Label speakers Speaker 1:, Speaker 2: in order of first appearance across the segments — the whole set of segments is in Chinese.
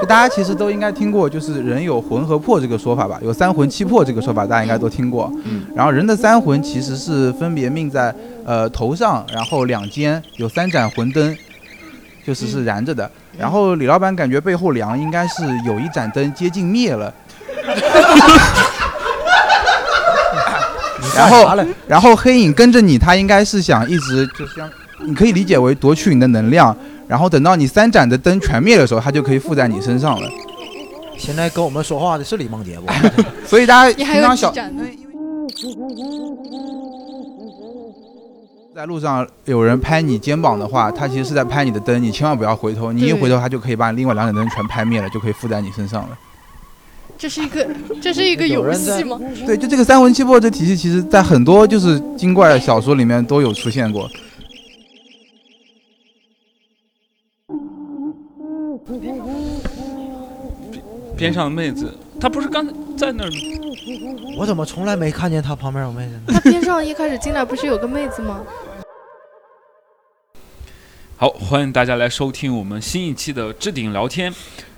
Speaker 1: 就大家其实都应该听过，就是人有魂和魄这个说法吧，有三魂七魄这个说法，大家应该都听过。
Speaker 2: 嗯，
Speaker 1: 然后人的三魂其实是分别命在呃头上，然后两肩有三盏魂灯，就是是燃着的。然后李老板感觉背后凉，应该是有一盏灯接近灭了。 然后，然后黑影跟着你，他应该是想一直就像，你可以理解为夺取你的能量，然后等到你三盏的灯全灭的时候，他就可以附在你身上了。
Speaker 3: 现在跟我们说话的是李梦洁 不？
Speaker 1: 所以大家
Speaker 4: 你还
Speaker 1: 平
Speaker 4: 有
Speaker 1: 常
Speaker 4: 几
Speaker 1: 小
Speaker 4: 盏呢？
Speaker 1: 在路上有人拍你肩膀的话，他其实是在拍你的灯，你千万不要回头，你一
Speaker 4: 对
Speaker 1: 回头他就可以把另外两盏灯全拍灭了，就可以附在你身上了。
Speaker 4: 这是一个，这是一个
Speaker 3: 有
Speaker 4: 游
Speaker 3: 人
Speaker 4: 戏
Speaker 3: 在
Speaker 4: 吗？
Speaker 1: 对，就这个三魂七魄这体系，其实在很多就是精怪小说里面都有出现过。
Speaker 2: 边上妹子，她不是刚才在那儿
Speaker 3: 我怎么从来没看见他旁边有妹子呢？
Speaker 4: 他边上一开始进来不是有个妹子吗？
Speaker 2: 好，欢迎大家来收听我们新一期的置顶聊天，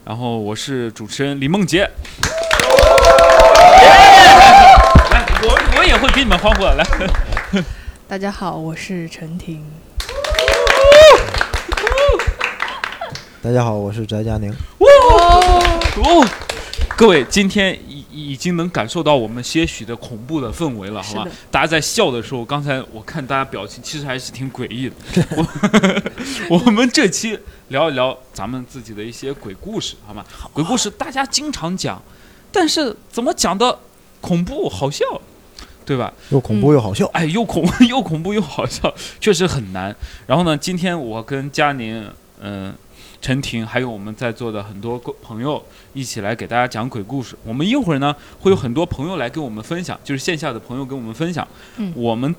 Speaker 2: 然后我是主持人李梦洁。来，我我也会给你们欢呼的。来，
Speaker 4: 大家好，我是陈婷。
Speaker 3: 大家好，我是翟佳宁。
Speaker 2: 哦，各位，今天已已经能感受到我们些许的恐怖的氛围了，好吧
Speaker 4: 是的？
Speaker 2: 大家在笑的时候，刚才我看大家表情，其实还是挺诡异的。 我 我们这期聊一聊咱们自己的一些鬼故事，好吗？鬼故事大家经常讲，但是怎么讲的恐怖好笑，对吧？
Speaker 3: 又恐怖又好笑，
Speaker 2: 哎，又恐 又恐怖又好笑，确实很难。然后呢，今天我跟佳宁，嗯、陈婷，还有我们在座的很多朋友一起来给大家讲鬼故事。我们一会儿呢会有很多朋友来跟我们分享，就是线下的朋友跟我们分享，
Speaker 4: 嗯
Speaker 2: 我们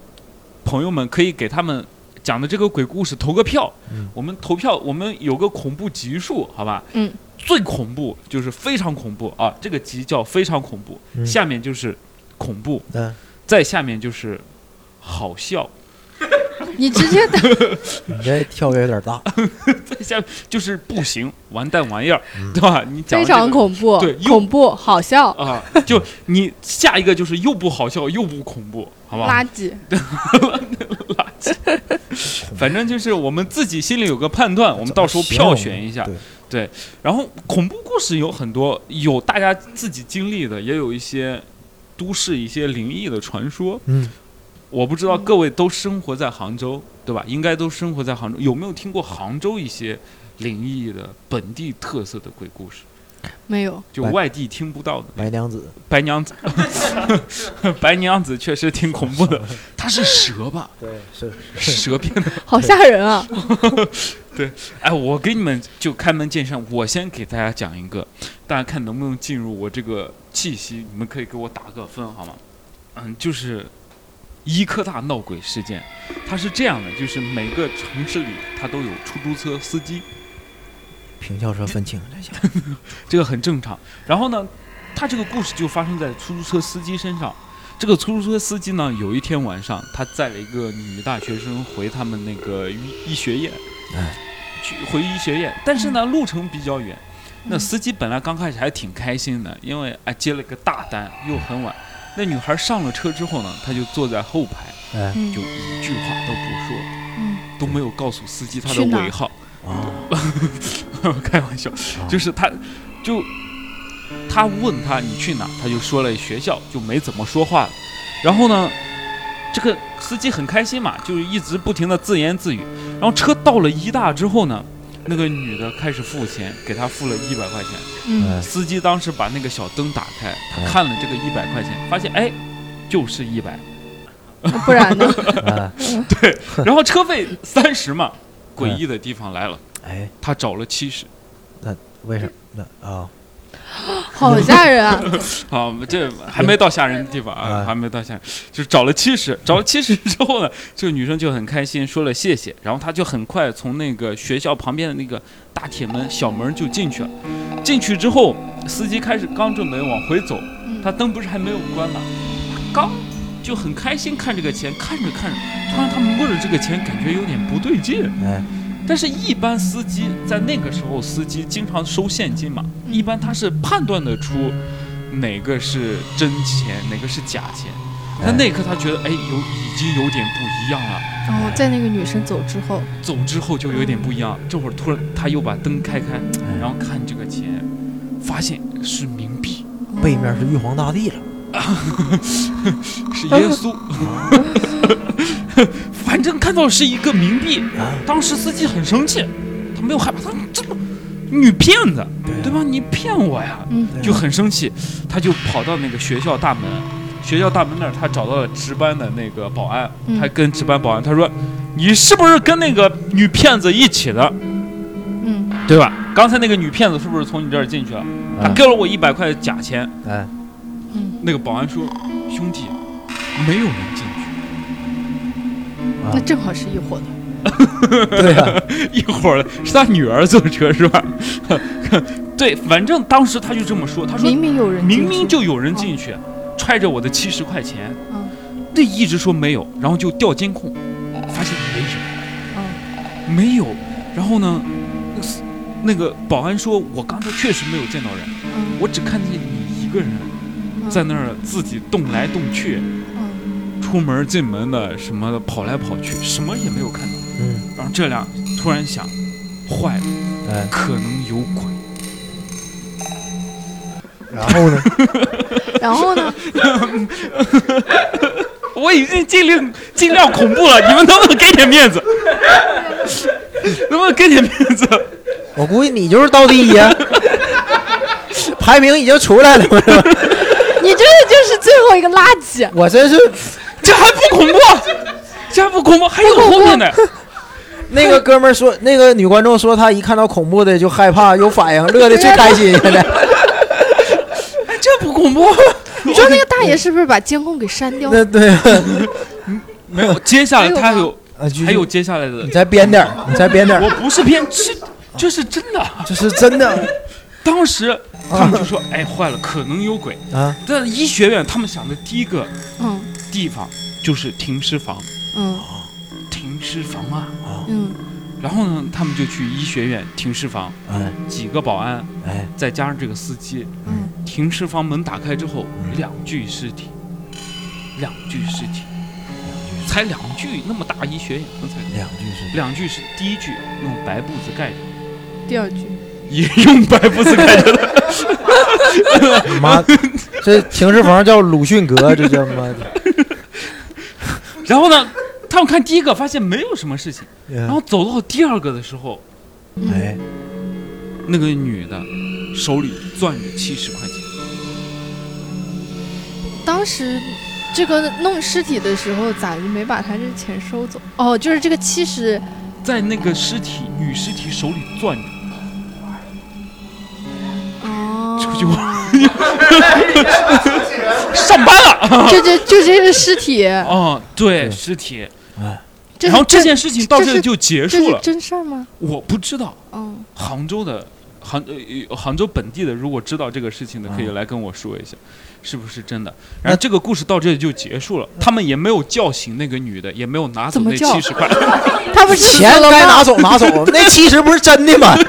Speaker 2: 朋友们可以给他们。讲的这个鬼故事投个票，
Speaker 3: 嗯
Speaker 2: 我们投票，我们有个恐怖级数，好吧？
Speaker 4: 嗯，
Speaker 2: 最恐怖就是非常恐怖啊，这个级叫非常恐怖，
Speaker 3: 嗯
Speaker 2: 下面就是恐怖，
Speaker 3: 嗯，
Speaker 2: 再下面就是好笑，
Speaker 4: 你直接打，
Speaker 3: 你这跳跃有点大。
Speaker 2: 再下面就是不行，完蛋玩意儿，对吧？你讲
Speaker 4: 非
Speaker 2: 的这
Speaker 4: 常
Speaker 2: 个
Speaker 4: 恐怖，
Speaker 2: 对又
Speaker 4: 恐怖好笑，
Speaker 2: 啊，就你下一个就是又不好笑又不恐怖，好吧？
Speaker 4: 垃圾。
Speaker 2: 反正就是我们自己心里有个判断，我们到时候票选一下
Speaker 3: 对。
Speaker 2: 然后恐怖故事有很多，有大家自己经历的，也有一些都市一些灵异的传说。
Speaker 3: 嗯，
Speaker 2: 我不知道各位都生活在杭州，对吧？应该都生活在杭州，有没有听过杭州一些灵异的本地特色的鬼故事？
Speaker 4: 没有，
Speaker 2: 就
Speaker 3: 白
Speaker 2: 外地听不到的。
Speaker 3: 白娘子，
Speaker 2: 白 娘子，白娘子确实挺恐怖的， 她是蛇吧？
Speaker 3: 对，是
Speaker 2: 蛇变的。
Speaker 4: 好吓人啊！
Speaker 2: 哎，我给你们就开门见山，我先给大家讲一个，大家看能不能进入我这个气息？你们可以给我打个分好吗？嗯，就是医科大闹鬼事件，它是这样的，就是每个城市里它都有出租车司机，
Speaker 3: 平翘舌分清，这下
Speaker 2: 这个很正常。然后呢，他这个故事就发生在出租车司机身上。这个出租车司机呢，有一天晚上，他载了一个女大学生回他们那个医医学院，
Speaker 3: 哎
Speaker 2: 去回医学院。但是呢，路程比较远，那司机本来刚开始还挺开心的，因为哎接了个大单，又很晚。那女孩上了车之后呢，她就坐在后排，
Speaker 3: 哎
Speaker 4: 嗯
Speaker 2: 就一句话都不说，
Speaker 4: 嗯，
Speaker 2: 都没有告诉司机她的
Speaker 4: 去哪儿
Speaker 2: 尾号。
Speaker 3: 啊，
Speaker 2: 开玩笑，哎就是他，就他问他你去哪，他就说了学校，就没怎么说话了。然后呢，这个司机很开心嘛，就是一直不停的自言自语。然后车到了一大之后呢，那个女的开始付钱，给他付了一百块钱。
Speaker 4: 嗯，
Speaker 3: 哎
Speaker 2: 司机当时把那个小灯打开，他看了这个一百块钱，发现哎，就是一百。
Speaker 4: 不然呢？
Speaker 3: 哎
Speaker 2: 然后车费三十嘛，诡异的地方来了，
Speaker 3: 哎，
Speaker 2: 他找了七十。
Speaker 3: 为什么？那啊，
Speaker 4: 好吓人啊！
Speaker 2: 啊，这还没到吓人的地方啊，
Speaker 3: 嗯
Speaker 2: 还没到吓人，就找了七十，找了七十之后呢，这个女生就很开心，说了谢谢，然后她就很快从那个学校旁边的那个大铁门小门就进去了。进去之后，司机开始刚准备往回走，
Speaker 4: 嗯
Speaker 2: 他灯不是还没有关吗？他刚就很开心看这个钱，看着看着，突然他摸着这个钱感觉有点不对劲。
Speaker 3: 哎，
Speaker 2: 但是，一般司机在那个时候，司机经常收现金嘛，
Speaker 4: 嗯
Speaker 2: 一般他是判断得出哪个是真钱，哪个是假钱。
Speaker 3: 哎
Speaker 2: 但那一刻他觉得，哎，有已经有点不一样了。
Speaker 4: 然后在那个女生走之后，
Speaker 2: 走之后就有点不一样。这会儿突然他又把灯开开，
Speaker 3: 哎
Speaker 2: 然后看这个钱，发现是冥币，
Speaker 3: 嗯背面是玉皇大帝了，
Speaker 2: 是耶稣。反正看到是一个冥币，
Speaker 3: 啊，
Speaker 2: 当时司机很生气，他没有害怕，他说这不女骗子
Speaker 3: 对啊
Speaker 2: 对吧？你骗我呀，
Speaker 4: 嗯
Speaker 3: 对啊
Speaker 2: 就很生气，他就跑到那个学校大门。学校大门那儿，他找到了值班的那个保安，
Speaker 4: 嗯
Speaker 2: 他跟值班保安他说：“你是不是跟那个女骗子一起的？”
Speaker 4: 嗯，
Speaker 2: 对吧？刚才那个女骗子是不是从你这儿进去了？她
Speaker 3: 嗯
Speaker 2: 给了我一百块假钱。
Speaker 3: 哎，
Speaker 2: 那个保安说：“兄弟，没有人进去。
Speaker 3: 啊
Speaker 4: 那正好是一伙的。
Speaker 3: 对啊呀，
Speaker 2: 一会儿是他女儿坐车是吧？ 对，反正当时他就这么说，他说
Speaker 4: 明明有人进去，
Speaker 2: 明明就有人进去，揣着我的七十块钱
Speaker 4: 嗯，
Speaker 2: 那一直说没有，然后就调监控，发现没人。
Speaker 4: 嗯
Speaker 2: 没有。然后呢，那个司那个保安说，我刚才确实没有见到人，
Speaker 4: 嗯
Speaker 2: 我只看见你一个人
Speaker 4: 嗯
Speaker 2: 在那儿自己动来动去，
Speaker 4: 嗯
Speaker 2: 出门进门的什么的跑来跑去，什么也没有看到。
Speaker 3: 嗯，
Speaker 2: 然后这俩突然想，坏了，
Speaker 3: 哎，
Speaker 2: 可能有鬼。
Speaker 3: 然后呢，
Speaker 4: 然后 呢？
Speaker 2: 我已经尽量尽量恐怖了，你们能不能给点面 子？能不能给点面子？
Speaker 3: 我估计你就是倒第一 呀，排名已经出来了，
Speaker 4: 你这个就是最后一个垃 圾。
Speaker 3: 我真是
Speaker 2: 这还不恐怖？这还不恐怖？还有后面呢？
Speaker 3: 那个哥们儿说，那个女观众说，她一看到恐怖的就害怕，有反应，乐的最开心。现 在，
Speaker 2: 哎这不恐怖？
Speaker 4: 你说那个大爷是不是把监控给删掉了？
Speaker 3: 那对啊，
Speaker 2: 没有，接下来他
Speaker 4: 还有
Speaker 2: 有
Speaker 3: 啊继续
Speaker 2: 还有接下来的
Speaker 3: 你，再编点儿，你再编点
Speaker 2: 我
Speaker 3: 儿，
Speaker 2: 不是编，这这是真的。
Speaker 3: 这是真的
Speaker 2: 当时他们就说：“哎，坏了，可能有鬼。
Speaker 3: 啊！”
Speaker 2: 但医学院他们想的第一个
Speaker 4: 嗯
Speaker 2: 地方就是停尸房，
Speaker 4: 嗯
Speaker 2: 停尸房啊。
Speaker 4: 嗯
Speaker 2: 然后呢，他们就去医学院停尸房，
Speaker 3: 哎
Speaker 2: 几个保安
Speaker 3: 哎，
Speaker 2: 再加上这个司机，
Speaker 4: 嗯，
Speaker 2: 停尸房门打开之后，
Speaker 3: 嗯
Speaker 2: 两具尸体，两具尸体，才两具，那么大医学院能才
Speaker 3: 两句是
Speaker 2: 两具是第一具用白布子盖着，
Speaker 4: 第二句，
Speaker 2: 也用白布子盖着的，
Speaker 3: 妈，这停尸房叫鲁迅 阁，这叫妈的。
Speaker 2: 然后呢，他们看第一个发现没有什么事情。然
Speaker 3: 嗯
Speaker 2: 后走到第二个的时候，
Speaker 4: 嗯
Speaker 3: 哎，
Speaker 2: 那个女的手里攥着七十块钱，
Speaker 4: 当时这个弄尸体的时候，咋就没把他这钱收走？哦，就是这个七十，
Speaker 2: 在那个尸体女尸体手里攥着，
Speaker 4: 哦，
Speaker 2: 出去玩 上班了。
Speaker 4: 这这就这是尸体，
Speaker 2: 哦，对，
Speaker 3: 对
Speaker 2: 尸体。
Speaker 4: 这
Speaker 2: 然
Speaker 4: 是
Speaker 2: 后这
Speaker 4: 真
Speaker 2: 件事情到
Speaker 4: 这
Speaker 2: 这
Speaker 4: 是
Speaker 2: 里就结
Speaker 4: 这
Speaker 2: 束
Speaker 4: 是
Speaker 2: 了。
Speaker 4: 真事儿吗？
Speaker 2: 我不知道
Speaker 4: 嗯，
Speaker 2: 杭州的杭呃杭州本地的，如果知道这个事情的，可以
Speaker 3: 嗯
Speaker 2: 来跟我说一下，是不是真的？
Speaker 3: 那
Speaker 2: 然后这个故事到这里就结束了，他们也没有叫醒那个女的，也没有拿走
Speaker 4: 嗯怎么
Speaker 2: 那
Speaker 4: 叫
Speaker 2: 七十 块。
Speaker 4: 他不是死
Speaker 3: 钱
Speaker 4: 了
Speaker 3: 该
Speaker 4: 吗
Speaker 3: 拿走 拿走，那其实不是真的吗？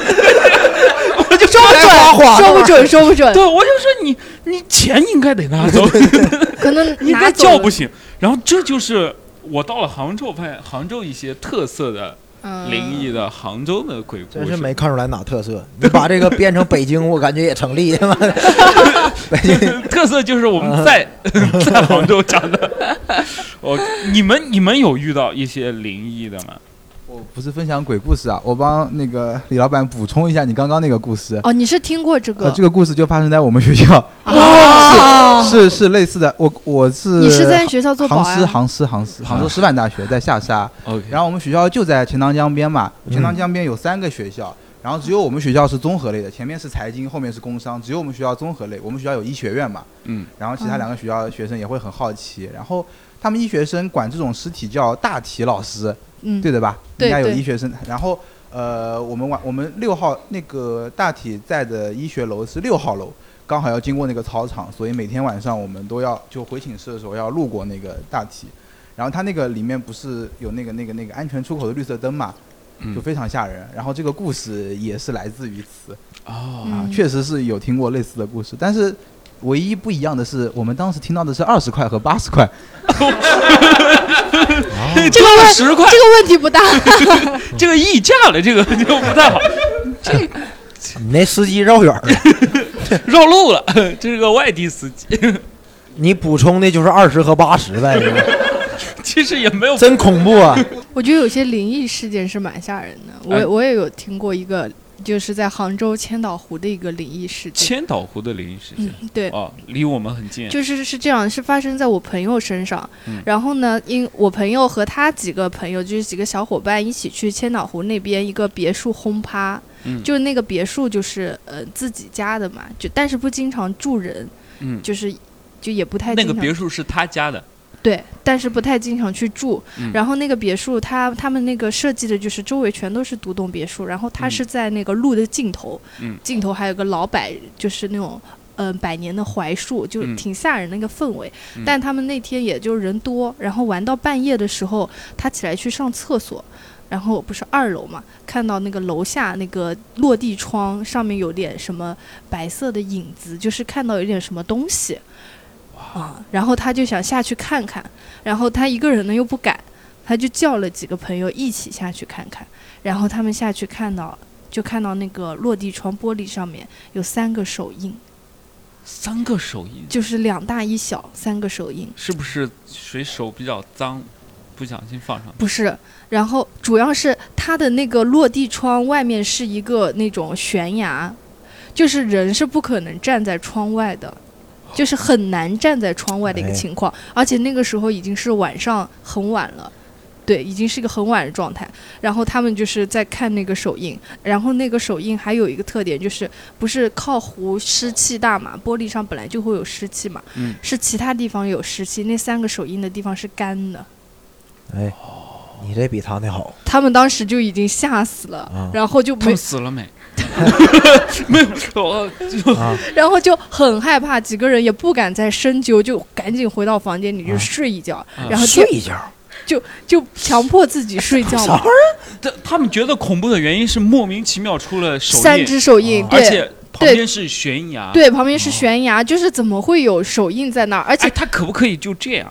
Speaker 3: 我就说花花
Speaker 4: 说不准，说不准，
Speaker 2: 对，我就说你你钱应该得拿走。
Speaker 4: 可能
Speaker 2: 你
Speaker 4: 拿
Speaker 2: 再
Speaker 4: 走
Speaker 2: 叫
Speaker 4: 了
Speaker 2: 不醒。然后这就是我到了杭州，发现杭州一些特色的
Speaker 4: 嗯
Speaker 2: 灵异的杭州的鬼故
Speaker 3: 真是
Speaker 2: 事。
Speaker 3: 没看出来哪特色。你把这个变成北京，我感觉也成立。妈的，北京
Speaker 2: 特色就是我 们在、在杭州长的。 哦，你们你们有遇到一些灵异的吗？
Speaker 1: 我不是分享鬼故事啊，我帮那个李老板补充一下你刚刚那个故事。
Speaker 4: 哦，你是听过这个
Speaker 1: 呃，这个故事就发生在我们学 校，
Speaker 4: 啊？
Speaker 1: 是是类似的。我我是
Speaker 4: 你是在学校做保
Speaker 1: 杭
Speaker 4: 安
Speaker 1: 师？杭师杭师杭州师范大学在下沙，
Speaker 2: OK，
Speaker 1: 然后我们学校就在钱塘江边嘛，
Speaker 3: 嗯
Speaker 1: 钱塘江边有三个学校，然后只有我们学校是综合类的，前面是财经，后面是工商，只有我们学校综合类。我们学校有医学院嘛，
Speaker 2: 嗯，
Speaker 1: 然后其他两个学校的学生也会很好奇，然后他们医学生管这种尸体叫大体老师，
Speaker 4: 嗯，
Speaker 1: 对的吧？
Speaker 4: 对
Speaker 1: 应该有
Speaker 4: 对
Speaker 1: 医学生。然后呃，我们晚我们六号那个大体在的医学楼是六号楼，刚好要经过那个操场，所以每天晚上我们都要就回寝室的时候要路过那个大体，然后它那个里面不是有那个那个那个安全出口的绿色灯嘛，就非常吓人。然后这个故事也是来自于此
Speaker 2: 哦，
Speaker 1: 啊
Speaker 4: 嗯，
Speaker 1: 确实是有听过类似的故事，但是唯一不一样的是，我们当时听到的是二十块和八十块，
Speaker 4: 这个问
Speaker 2: 十块
Speaker 4: 这个问题不大，
Speaker 2: 这个溢价了，这个就不太好，
Speaker 3: 你那司机绕远儿了，
Speaker 2: 绕路了。这是个外地司机，
Speaker 3: 你补充的就是二十和八十呗，是 吧
Speaker 2: 其实也没有
Speaker 3: 真恐怖啊！
Speaker 4: 我觉得有些灵异事件是蛮吓人的。我
Speaker 2: 哎
Speaker 4: 我也有听过一个，就是在杭州千岛湖的一个灵异事件。
Speaker 2: 千岛湖的灵异事件
Speaker 4: 嗯，对，
Speaker 2: 哦，离我们很近。
Speaker 4: 就是是这样，是发生在我朋友身上。
Speaker 2: 嗯
Speaker 4: 然后呢，因我朋友和他几个朋友，就是几个小伙伴一起去千岛湖那边一个别墅轰趴，
Speaker 2: 嗯
Speaker 4: 就是那个别墅就是呃自己家的嘛，就但是不经常住人，
Speaker 2: 嗯，
Speaker 4: 就是就也不太
Speaker 2: 那
Speaker 4: 经
Speaker 2: 个
Speaker 4: 常
Speaker 2: 别墅是他家的，
Speaker 4: 对，但是不太经常去住。
Speaker 2: 嗯
Speaker 4: 然后那个别墅它，他们那个设计的就是周围全都是独栋别墅，然后它
Speaker 2: 嗯
Speaker 4: 是在那个路的尽头，
Speaker 2: 嗯
Speaker 4: 尽头还有个老柏，就是那种。嗯、百年的槐树就
Speaker 2: 嗯
Speaker 4: 挺吓人的那个氛围，
Speaker 2: 嗯
Speaker 4: 但他们那天也就人多，然后玩到半夜的时候，他起来去上厕所，然后不是二楼嘛，看到那个楼下那个落地窗上面有点什么白色的影子，就是看到有点什么东西，啊，然后他就想下去看看，然后他一个人呢又不敢，他就叫了几个朋友一起下去看看，然后他们下去看到就看到那个落地窗玻璃上面有三个手印，
Speaker 2: 三个手印，
Speaker 4: 就是两大一小三个手印，
Speaker 2: 是不是谁手比较脏，不小心放上？
Speaker 4: 不是，然后主要是它的那个落地窗外面是一个那种悬崖，就是人是不可能站在窗外的，就是很难站在窗外的一个
Speaker 3: 哎
Speaker 4: 情况，而且那个时候已经是晚上很晚了。对，已经是一个很晚的状态。然后他们就是在看那个手印，然后那个手印还有一个特点就是，不是靠湖湿气大嘛，玻璃上本来就会有湿气嘛，
Speaker 2: 嗯
Speaker 4: 是其他地方有湿气，那三个手印的地方是干的。
Speaker 3: 哎，你这比他那好，
Speaker 4: 他们当时就已经吓死了，
Speaker 3: 啊
Speaker 4: 然后就没
Speaker 2: 他们，死 了没？ 没有，我就
Speaker 3: 啊，
Speaker 4: 然后就很害怕，几个人也不敢再深究，就赶紧回到房间里就
Speaker 3: 啊
Speaker 4: 睡一觉，
Speaker 2: 啊
Speaker 4: 然后就
Speaker 3: 睡一觉，
Speaker 4: 就强迫自己睡觉
Speaker 3: 啥玩
Speaker 4: 嘛
Speaker 3: 意。儿？
Speaker 2: 他他们觉得恐怖的原因是莫名其妙出了手
Speaker 4: 三
Speaker 2: 印，
Speaker 4: 只手印，
Speaker 3: 啊
Speaker 2: 而
Speaker 4: 对
Speaker 2: 且旁边是悬崖。
Speaker 4: 对，旁边是悬崖，就是怎么会有手印在那儿？而
Speaker 2: 哎，
Speaker 4: 且
Speaker 2: 他可不可以就这样，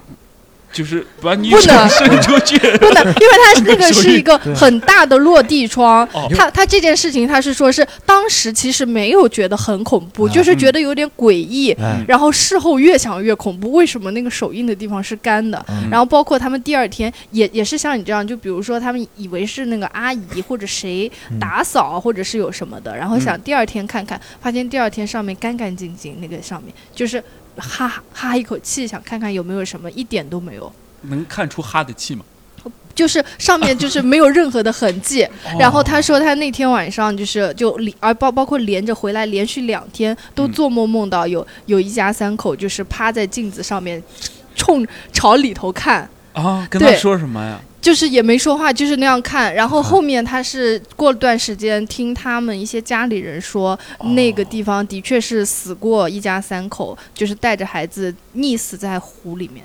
Speaker 2: 就是把你
Speaker 4: 不
Speaker 2: 手
Speaker 4: 能
Speaker 2: 伸出去？
Speaker 4: 不能，因为它那个
Speaker 2: 手
Speaker 4: 是
Speaker 2: 印
Speaker 4: 一个
Speaker 3: 对
Speaker 4: 很大的落地窗
Speaker 2: 哦，
Speaker 4: 他他这件事情他是说是当时其实没有觉得很恐怖，
Speaker 3: 啊
Speaker 4: 就是
Speaker 2: 嗯
Speaker 4: 觉得有点诡异，
Speaker 3: 哎，
Speaker 4: 然后事后越想越恐怖，为什么那个手印的地方是干的？
Speaker 3: 嗯
Speaker 4: 然后包括他们第二天也也是像你这样，就比如说他们以为是那个阿姨或者谁
Speaker 3: 嗯
Speaker 4: 打扫或者是有什么的，然后想第二天看看，发现第二天上面干干净净，那个上面就是哈哈一口气，想看看有没有什么，一点都没有。
Speaker 2: 能看出哈的气吗？
Speaker 4: 就是上面就是没有任何的痕迹，然后他说他那天晚上就是就连而包包括连着回来连续两天都
Speaker 2: 嗯
Speaker 4: 做梦梦到有有一家三口就是趴在镜子上面，冲朝里头看，
Speaker 2: 啊，跟他
Speaker 4: 对
Speaker 2: 说什么呀？
Speaker 4: 就是也没说话，就是那样看。然后后面他是过了段时间听他们一些家里人说，那个地方的确是死过一家三口，就是带着孩子溺死在湖里面。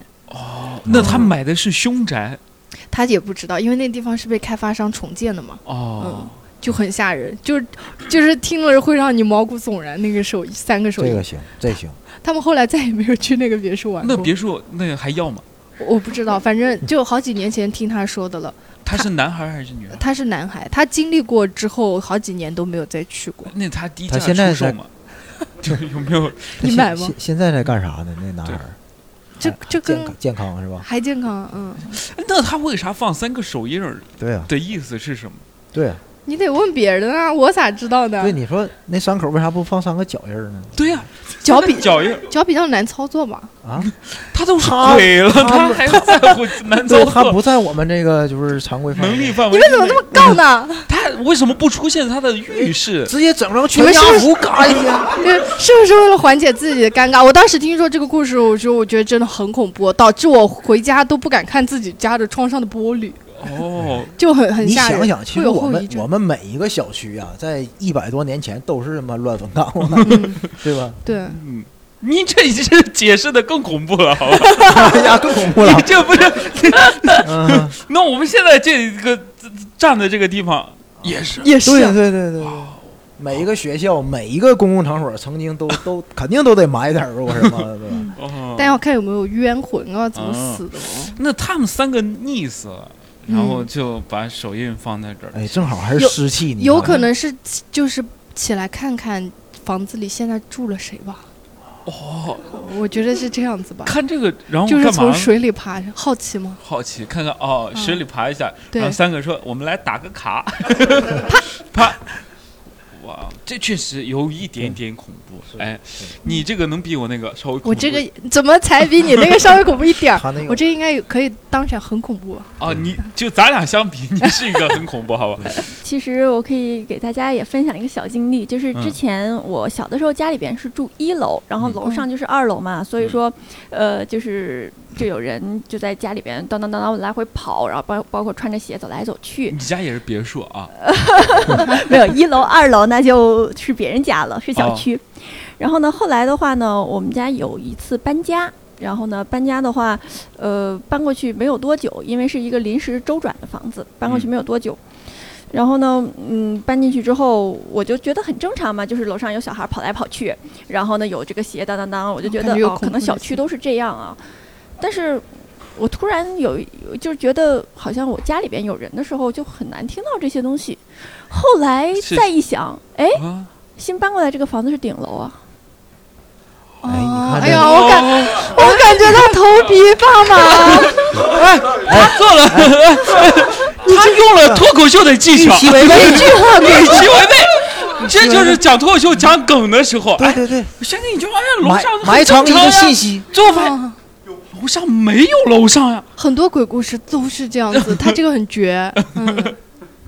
Speaker 2: 那他买的是凶宅
Speaker 4: 他也不知道，因为那地方是被开发商重建的嘛。
Speaker 2: 哦
Speaker 4: 嗯，就很吓人，就是就是听了会让你毛骨悚然。那个手三个手
Speaker 3: 哎这
Speaker 4: 印，
Speaker 3: 个行，这行，
Speaker 4: 他们后来再也没有去那个别墅玩
Speaker 2: 那
Speaker 4: 过。
Speaker 2: 别墅那个还要吗？
Speaker 4: 我不知道，反正就好几年前听他说的了。
Speaker 2: 他是男孩还是女孩？
Speaker 4: 他是男孩，他经历过之后，好几年都没有再去
Speaker 3: 哎
Speaker 4: 过。
Speaker 2: 那他低价
Speaker 3: 他现在
Speaker 2: 出售
Speaker 3: 在
Speaker 2: 吗？ 就有没有
Speaker 4: 你
Speaker 3: 现
Speaker 4: 买吗
Speaker 3: 现现在在干啥呢？那男孩儿
Speaker 4: 这
Speaker 3: 还
Speaker 4: 这
Speaker 3: 健
Speaker 4: 跟
Speaker 3: 康健康是吧？
Speaker 4: 还健康啊，嗯，
Speaker 2: 那他为啥放三个手印儿
Speaker 3: 对啊，
Speaker 2: 的意思是什么？
Speaker 3: 对啊，
Speaker 4: 你得问别人啊，我咋知道
Speaker 3: 对，
Speaker 4: 的？
Speaker 3: 你说那伤口为啥不放三个脚印儿呢？
Speaker 2: 对呀、
Speaker 4: 脚比
Speaker 2: 脚印儿，
Speaker 4: 脚比较难操作吧？
Speaker 3: 啊，
Speaker 2: 他都是
Speaker 3: 他
Speaker 2: 鬼了，
Speaker 3: 他
Speaker 2: 他还在乎难操
Speaker 3: 对，他
Speaker 2: 作
Speaker 3: 不在我们这个就是常规范围
Speaker 2: 能力范围
Speaker 4: 你
Speaker 2: 之内？
Speaker 4: 们怎么这么杠呢？
Speaker 2: 他为什么不出现在他的浴室？
Speaker 3: 直接整成
Speaker 4: 你
Speaker 3: 全
Speaker 4: 们
Speaker 3: 家
Speaker 4: 是不是
Speaker 3: 福，嘎一下。
Speaker 4: 对，是不是为了缓解自己的尴尬？我当时听说这个故事，我说我觉得真的很恐怖，导致我回家都不敢看自己家的窗上的玻璃。
Speaker 2: 哦，
Speaker 4: 就很 很
Speaker 3: 你
Speaker 4: 吓
Speaker 3: 想
Speaker 4: 人。
Speaker 3: 想，其
Speaker 4: 会
Speaker 3: 实
Speaker 4: 有
Speaker 3: 我
Speaker 4: 后
Speaker 3: 们
Speaker 4: 遗症
Speaker 3: 我们每一个小区啊，在一百多年前都是他妈乱坟岗，
Speaker 4: 嗯，
Speaker 3: 对 吧？
Speaker 4: 对，
Speaker 2: 嗯，你这已经解释的更恐怖了，好吧？
Speaker 3: 哎呀，更恐怖了
Speaker 2: 你。这不是？
Speaker 3: 嗯，
Speaker 2: 那我们现在这个站的这个地方也 是
Speaker 4: 也是
Speaker 3: 对
Speaker 4: 啊
Speaker 3: 对对对对。哦每一个学校、每一个公共场所，曾 经都都肯定都得埋点儿过什么的，对吧？
Speaker 4: 嗯
Speaker 2: 哦
Speaker 4: 但要看有没有冤魂啊，怎么
Speaker 2: 嗯
Speaker 4: 死的哦。
Speaker 2: 那他们三个溺死了，然后
Speaker 4: 嗯
Speaker 2: 就把手印放在这儿。
Speaker 3: 哎，正好还是
Speaker 4: 有
Speaker 3: 湿气，你
Speaker 4: 有
Speaker 3: 看
Speaker 4: 可能是起就是起来看看房子里现在住了谁吧，
Speaker 2: 哦，
Speaker 4: 我觉得是这样子吧，
Speaker 2: 看这个，然后
Speaker 4: 就是
Speaker 2: 干嘛
Speaker 4: 从
Speaker 2: 呢？
Speaker 4: 水里爬，好奇吗？
Speaker 2: 好奇看看哦，
Speaker 4: 嗯
Speaker 2: 水里爬一下，
Speaker 4: 对
Speaker 2: 然后三个说：“我们来打 个卡， 啪啪。”哇，这确实有一点点恐怖。
Speaker 3: 是
Speaker 2: 哎，你这个能比我那个稍微恐怖
Speaker 4: 我这个怎么才比你那个稍微恐怖一 点儿？
Speaker 3: 他那
Speaker 4: 我
Speaker 3: 个
Speaker 4: 这应该有可以当场很恐怖吧。
Speaker 2: 啊，你就咱俩相比，你是一个很恐怖，好吧？
Speaker 5: 其实我可以给大家也分享一个小经历，就是
Speaker 2: 嗯
Speaker 5: 之前我小的时候家里边是住一楼，然后
Speaker 2: 嗯
Speaker 5: 楼上就是二楼嘛，所以说，呃，就是就有人就在家里边当当当当来回跑，然后包包括穿着鞋走来走去
Speaker 2: 你，家也是别墅啊，
Speaker 5: 没有一楼二楼那就是别人家了，是小
Speaker 2: 哦
Speaker 5: 区。然后呢，后来的话呢，我们家有一次搬家。然后呢，搬家的话，呃，搬过去没有多久，因为是一个临时周转的房子，搬过去
Speaker 2: 嗯
Speaker 5: 没有多久。然后呢，嗯，搬进去之后，我就觉得很正常嘛，就是楼上有小孩跑来跑去，然后呢有这个鞋当当当，我就觉
Speaker 4: 感
Speaker 5: 得
Speaker 4: 觉有
Speaker 5: 哦，
Speaker 4: 恐
Speaker 5: 可能
Speaker 4: 怖
Speaker 5: 小
Speaker 4: 的
Speaker 5: 区
Speaker 4: 气
Speaker 5: 都是这样啊。但是，我突然有一就是觉得好像我家里边有人的时候，就很难听到这些东西。后来
Speaker 2: 是
Speaker 5: 再一想，哎，
Speaker 2: 啊，
Speaker 5: 新搬过来这个房子是顶楼啊。
Speaker 3: 哎你
Speaker 4: 哦
Speaker 3: 看
Speaker 4: 哎
Speaker 3: 这
Speaker 4: 呀，我感
Speaker 2: 感
Speaker 3: 啊
Speaker 4: 我感觉到头皮发 麻。
Speaker 2: 做了，他用了脱口秀的技巧，
Speaker 3: 预期违背，
Speaker 2: 美其违背。这就是讲脱口秀讲梗的时候，哎
Speaker 3: 对对对，
Speaker 2: 我先给你就哎呀，楼
Speaker 3: 埋
Speaker 2: 上
Speaker 3: 埋
Speaker 2: 很
Speaker 3: 藏
Speaker 2: 正
Speaker 3: 一
Speaker 2: 常
Speaker 3: 个
Speaker 2: 呀
Speaker 3: 信息，
Speaker 2: 最后发现
Speaker 4: 哦
Speaker 2: 楼上没有楼上呀，
Speaker 4: 很多鬼故事都是这样 子，他这个很绝，嗯，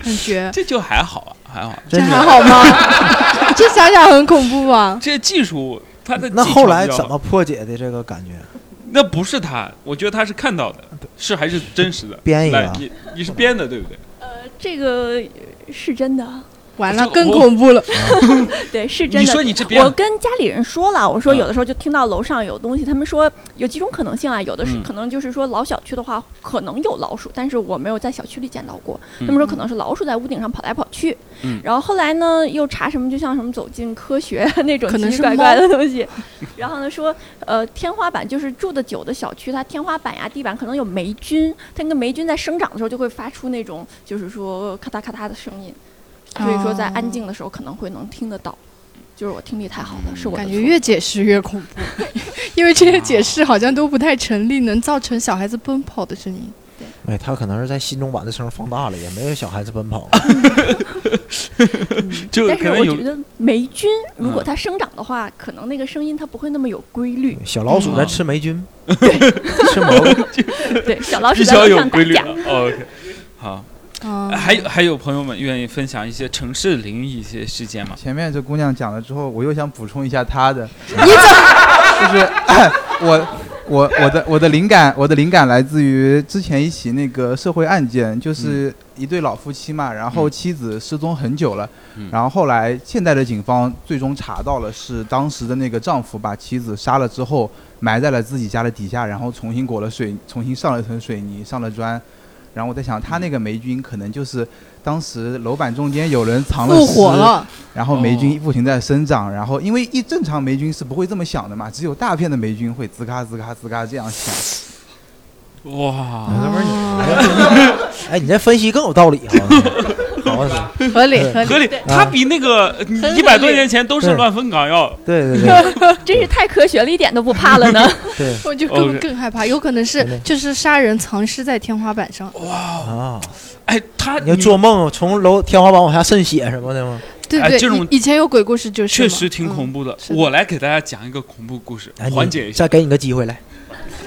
Speaker 4: 很绝。
Speaker 2: 这就还好啊，还好。
Speaker 4: 这
Speaker 3: 真
Speaker 4: 还
Speaker 3: 的。
Speaker 4: 好 吗？这想想很恐怖啊吧？
Speaker 2: 这技术他的
Speaker 3: 那
Speaker 2: 技巧
Speaker 3: 后来
Speaker 2: 比较
Speaker 3: 怎
Speaker 2: 好？
Speaker 3: 么破解的这个感觉？
Speaker 2: 那不是他，我觉得他是看到的，是还是真实的？
Speaker 3: 编一个
Speaker 2: 来
Speaker 3: 啊，
Speaker 2: 你你是编的对不对？
Speaker 5: 呃，这个呃是真的，
Speaker 4: 完
Speaker 2: 这
Speaker 4: 了，
Speaker 2: 个
Speaker 4: 更
Speaker 2: 我
Speaker 4: 恐怖了。
Speaker 5: 对，是真的。
Speaker 2: 你说你这
Speaker 5: 我
Speaker 2: 编
Speaker 5: 跟家里人说了，我说
Speaker 2: 嗯
Speaker 5: 有的时候就听到楼上有东西，他们说有几种可能性啊，有的是
Speaker 2: 嗯
Speaker 5: 可能就是说老小区的话可能有老鼠，但是我没有在小区里见到过。
Speaker 2: 嗯
Speaker 5: 他们说可能是老鼠在屋顶上跑来跑去，
Speaker 2: 嗯
Speaker 5: 然后后来呢又查什么，就像什么走进科学那种
Speaker 4: 可
Speaker 5: 奇
Speaker 4: 能
Speaker 5: 奇
Speaker 4: 是
Speaker 5: 怪怪的东西， 然后呢说呃天花板就是住的久的小区，它天花板呀地板可能有霉菌，它那个霉菌在生长的时候就会发出那种就是说咔嗒咔嗒的声音，所以说在安静的时候可能会能听得到。就是我听力太好
Speaker 2: 嗯
Speaker 5: 了，是我的
Speaker 4: 感
Speaker 5: 错
Speaker 4: 觉越解释越 恐怖，因为这些解释好像都不太成立，能造成小孩子奔跑的声音。
Speaker 3: 哎，他可能是在心中把这声放大了，也没有小孩子奔 跑。
Speaker 2: 就
Speaker 5: 但
Speaker 2: 可
Speaker 5: 是
Speaker 2: 能
Speaker 5: 我
Speaker 2: 有
Speaker 5: 觉得霉菌如果
Speaker 2: 嗯
Speaker 5: 它生长的话，可能那个声音它不会那么有规律。
Speaker 3: 小老鼠
Speaker 2: 嗯
Speaker 3: 在吃霉菌， 吃蘑 菇，
Speaker 5: 对，小老鼠
Speaker 2: 比
Speaker 5: 在
Speaker 2: 较
Speaker 5: 楼
Speaker 2: 有
Speaker 5: 上打
Speaker 2: 规律
Speaker 5: 架
Speaker 2: 的。。哦 OK，好，
Speaker 4: 啊，
Speaker 2: 还有还有朋友们愿意分享一些城市灵异一些事件吗？
Speaker 1: 前面这姑娘讲了之后，我又想补充一下她的，你怎 就是、 我我我的我的灵感我的灵感来自于之前一起那个社会案件，就是一对老夫妻嘛，然后
Speaker 2: 嗯
Speaker 1: 妻子失踪很久了，
Speaker 2: 嗯
Speaker 1: 然后后来现在的警方最终查到了是当时的那个丈夫把妻子杀了之后埋在了自己家的底下，然后重新裹了水，重新上了一层水泥，上了砖。然后我在想，他那个霉菌可能就是当时楼板中间有人藏了
Speaker 4: 复活
Speaker 1: 尸
Speaker 4: 了，
Speaker 1: 然后
Speaker 2: 哦
Speaker 1: 霉菌不停在生长，然后因为一正常霉菌是不会这么响的嘛，只有大片的霉菌会吱嘎吱嘎吱嘎这样响。
Speaker 2: 哇，
Speaker 3: 那玩意
Speaker 4: 啊
Speaker 3: 哎，你这分析更有道理 啊！好啊像是，
Speaker 4: 合 理
Speaker 3: 对
Speaker 4: 合理。啊
Speaker 2: 合理，他比那个
Speaker 4: 很
Speaker 2: 一百多
Speaker 4: 合理
Speaker 2: 年前都是
Speaker 3: 对
Speaker 2: 乱坟岗要
Speaker 3: 对对对
Speaker 5: 真是太科学了，一点都不怕 了呢。
Speaker 3: 对
Speaker 4: 我就
Speaker 2: 哦
Speaker 4: 更更害怕，有可能
Speaker 3: 真的
Speaker 4: 是就是杀人藏尸在天花板上，
Speaker 3: 啊！
Speaker 2: 哎，他
Speaker 3: 你要做梦从楼天花板往下渗血什么的吗？
Speaker 4: 对
Speaker 2: 哎
Speaker 4: 不对？
Speaker 2: 这种
Speaker 4: 以以前有鬼故事就是
Speaker 2: 确
Speaker 4: 嘛
Speaker 2: 实挺恐
Speaker 4: 嗯
Speaker 2: 怖的。
Speaker 4: 是的
Speaker 2: 我来给大家讲一个恐怖故事
Speaker 3: 哎，你
Speaker 2: 缓解一下，
Speaker 3: 再给你个机会来，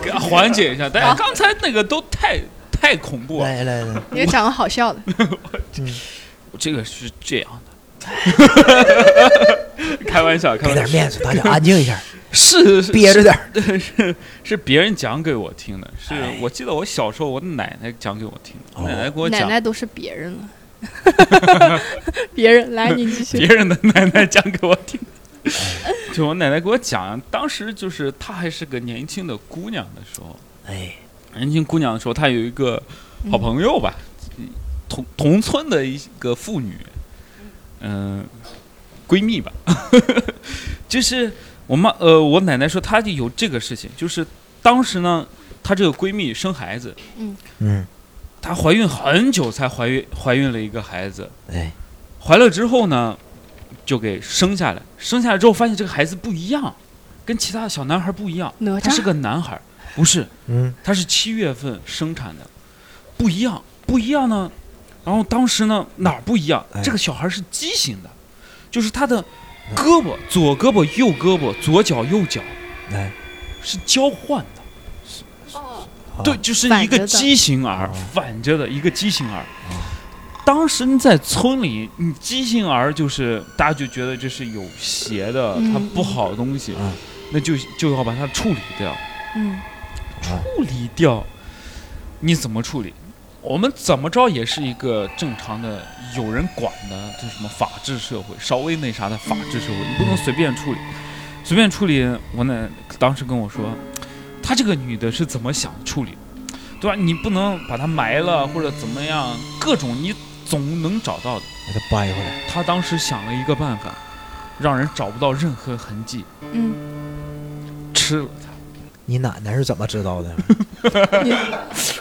Speaker 2: 给缓解一下。大家刚才那个都太太恐怖了。
Speaker 3: 来来来，
Speaker 4: 嗯你也讲个好笑的，
Speaker 2: 这个是 这样的，开玩笑，开
Speaker 3: 给
Speaker 2: 玩
Speaker 3: 点
Speaker 2: 笑。
Speaker 3: 面子，大家安静一下。
Speaker 2: 是是
Speaker 3: 憋着点儿。
Speaker 2: 是是别人讲给我听的，是
Speaker 3: 哎
Speaker 2: 我记得我小时候我奶奶讲给我听的，
Speaker 3: 哦
Speaker 2: 奶奶给我
Speaker 4: 奶
Speaker 2: 讲，
Speaker 4: 奶都是别人了， 别人来你继
Speaker 2: 别
Speaker 4: 续。
Speaker 2: 人的奶奶讲给我听。 就我奶奶给我讲，当时就是她还是个年轻的姑娘的时候，
Speaker 3: 哎，
Speaker 2: 年轻姑娘的时候，她有一个好朋友吧，同同村的一个妇女，嗯、闺蜜吧， 就是我妈呃，我奶奶说她就有这个事情，就是当时呢，她这个闺蜜生孩子，
Speaker 3: 嗯，
Speaker 2: 她怀孕很久才怀孕，怀孕了一个孩子，
Speaker 3: 哎，
Speaker 2: 怀了之后呢，就给生下来，生下来之后发现这个孩子不一样，跟其他的小男孩不一样，
Speaker 4: 哪
Speaker 2: 他是
Speaker 4: 吒
Speaker 2: 个男孩，不是，
Speaker 3: 嗯，
Speaker 2: 他是七月份生产的，不一样，不一样呢。然后当时呢哪儿不一样
Speaker 3: 哎？
Speaker 2: 这个小孩是畸形的，就是他的胳膊左胳膊右胳膊左脚右脚
Speaker 3: 哎，
Speaker 2: 是交换的，
Speaker 5: 哦，
Speaker 3: 啊
Speaker 2: 对，就是
Speaker 4: 反
Speaker 2: 一个
Speaker 4: 着的哦
Speaker 2: 畸形儿
Speaker 3: 哦
Speaker 2: 反着的一个畸形儿。当时你在村里，你畸形儿就是大家就觉得这是有邪的，
Speaker 4: 嗯
Speaker 2: 它不好的东西
Speaker 3: 嗯，
Speaker 2: 那就就要把它处理掉。
Speaker 4: 嗯，
Speaker 2: 处理掉，你怎么处理？我们怎么着也是一个正常的有人管的，就什么法治社会，稍微那啥的法治社会，你不能随便处理，随便处理。我奶当时跟我说，她这个女的是怎么想处理，对吧？你不能把她埋了或者怎么样，各种你总能找到的。
Speaker 3: 给他掰回来。
Speaker 2: 她当时想了一个办法，让人找不到任何痕迹，
Speaker 4: 嗯，
Speaker 2: 吃了她。
Speaker 3: 你奶奶是怎么知道 的？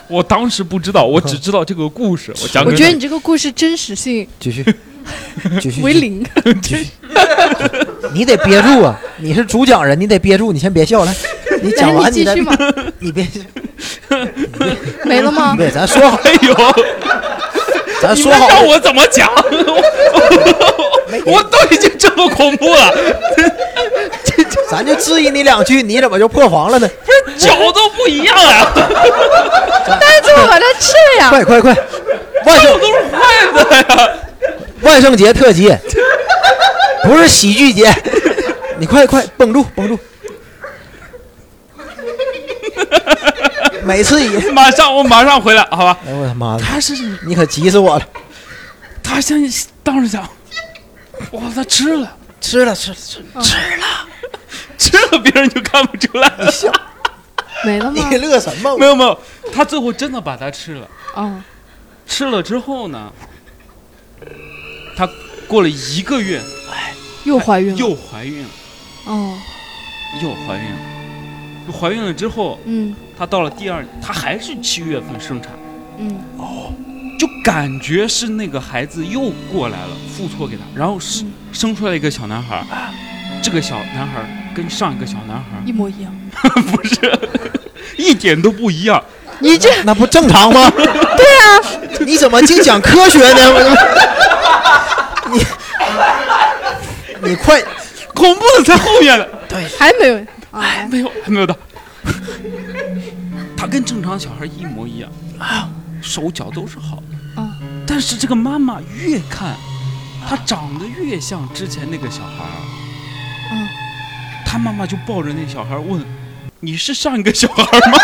Speaker 2: 我当时不知道，我只知道这个故事。嗯我讲
Speaker 4: 我
Speaker 2: 给
Speaker 4: 觉得
Speaker 2: 你
Speaker 4: 你这个故事真实性
Speaker 3: 继 续，继续，
Speaker 4: 为零。
Speaker 3: 继续。你得憋住啊！你是主讲人，你得憋住，你先别笑， 来，你
Speaker 4: 来，
Speaker 3: 讲
Speaker 4: 你
Speaker 3: 完
Speaker 4: 继
Speaker 3: 再
Speaker 4: 续，嘛，
Speaker 3: 你别，
Speaker 4: 没了吗？
Speaker 3: 对，咱说好，
Speaker 2: 哎呦。
Speaker 3: 咱
Speaker 2: 你
Speaker 3: 说
Speaker 2: 们
Speaker 3: 好，
Speaker 2: 让我怎么讲？
Speaker 3: 没
Speaker 2: 我都已经这么恐怖了，
Speaker 3: 咱就质疑你两句，你怎么就破防了呢？
Speaker 2: 脚都不一样啊，
Speaker 4: 那怎么把它吃了 呀？
Speaker 3: 快快快！万
Speaker 2: 脚
Speaker 3: 圣
Speaker 2: 都是坏的呀。
Speaker 3: 万圣节特辑，不是喜剧节，你快快绷住绷住！每次一，
Speaker 2: 马上，我马上回来，好吧？
Speaker 3: 哎我他妈的，
Speaker 2: 他是
Speaker 3: 你可急死我了！
Speaker 2: 他先当时想，哇，他吃了
Speaker 3: 吃了吃了吃了，
Speaker 2: 吃了，别人就看不出来了。
Speaker 4: 没 了吗
Speaker 3: 你？乐什么？
Speaker 2: 没有没有，他最后真的把它吃了。
Speaker 4: 哦，
Speaker 2: 吃了之后呢，他过了一个月
Speaker 4: 又怀孕了。
Speaker 2: 又怀孕了，
Speaker 4: 哦，
Speaker 2: 又怀孕了。怀孕了之后，
Speaker 4: 嗯
Speaker 2: 她到了第二，她还是七月份生产。
Speaker 4: 嗯
Speaker 2: 就感觉是那个孩子又过来了，付托给他，然后生
Speaker 4: 嗯
Speaker 2: 生出来一个小男孩儿、这个小男孩儿跟上一个小男孩儿
Speaker 4: 一模一样。
Speaker 2: 不是一点都不一样，
Speaker 4: 你这
Speaker 3: 那不正常吗？对呀、你怎么净讲科学呢？我你你快
Speaker 2: 恐怖的在后面了，
Speaker 4: 还没有啊？
Speaker 2: 没有还没有到，哎他跟正常小孩一模一样啊，手脚都是好的
Speaker 4: 啊，
Speaker 2: 但是这个妈妈越看他长得越像之前那个小孩儿，
Speaker 4: 嗯，
Speaker 2: 他妈妈就抱着那小孩儿问：“你是上一个小孩儿吗？”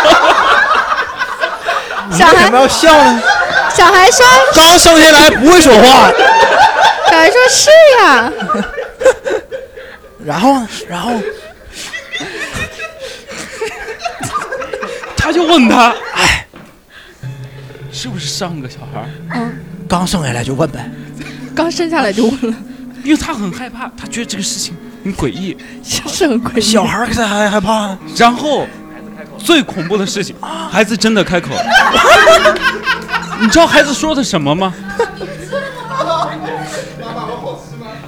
Speaker 4: 小
Speaker 3: 为什么
Speaker 4: 孩
Speaker 3: 要笑呢？
Speaker 4: 小孩说，
Speaker 3: 刚生下来不会说话，
Speaker 4: 小孩说是呀，
Speaker 3: 然后呢？然后
Speaker 2: 他就问他，哎，是不是上个小孩儿？
Speaker 3: 刚生下来就问呗。
Speaker 4: 刚生下来就问了，
Speaker 2: 因为他很害怕，他觉得这个事情很诡异。
Speaker 4: 是很诡异。
Speaker 3: 小孩儿他还害怕呢，
Speaker 2: 然后，最恐怖的事情，孩子真的开口了。你知道孩子说的什么吗？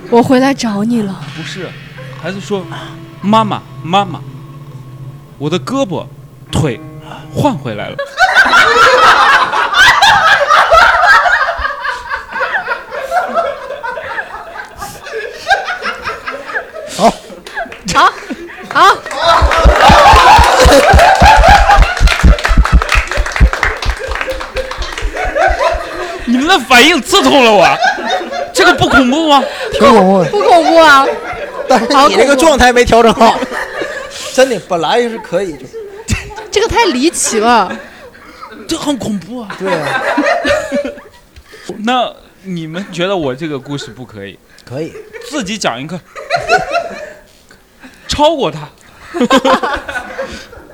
Speaker 4: 我回来找你了。
Speaker 2: 不是，孩子说：“妈妈，妈妈，我的胳膊、腿换回来了。”
Speaker 5: 好， 好，
Speaker 2: 你们的反应刺痛了我，这个不恐怖吗？
Speaker 3: 挺恐怖的。
Speaker 4: 不恐怖啊，
Speaker 3: 但是你这个状态没调整好，真的本来就是可以就
Speaker 4: 这个太离奇了。
Speaker 2: 这很恐怖啊！
Speaker 3: 对啊，
Speaker 2: 那你们觉得我这个故事不可以？
Speaker 3: 可以。
Speaker 2: 自己讲一个， 超过他。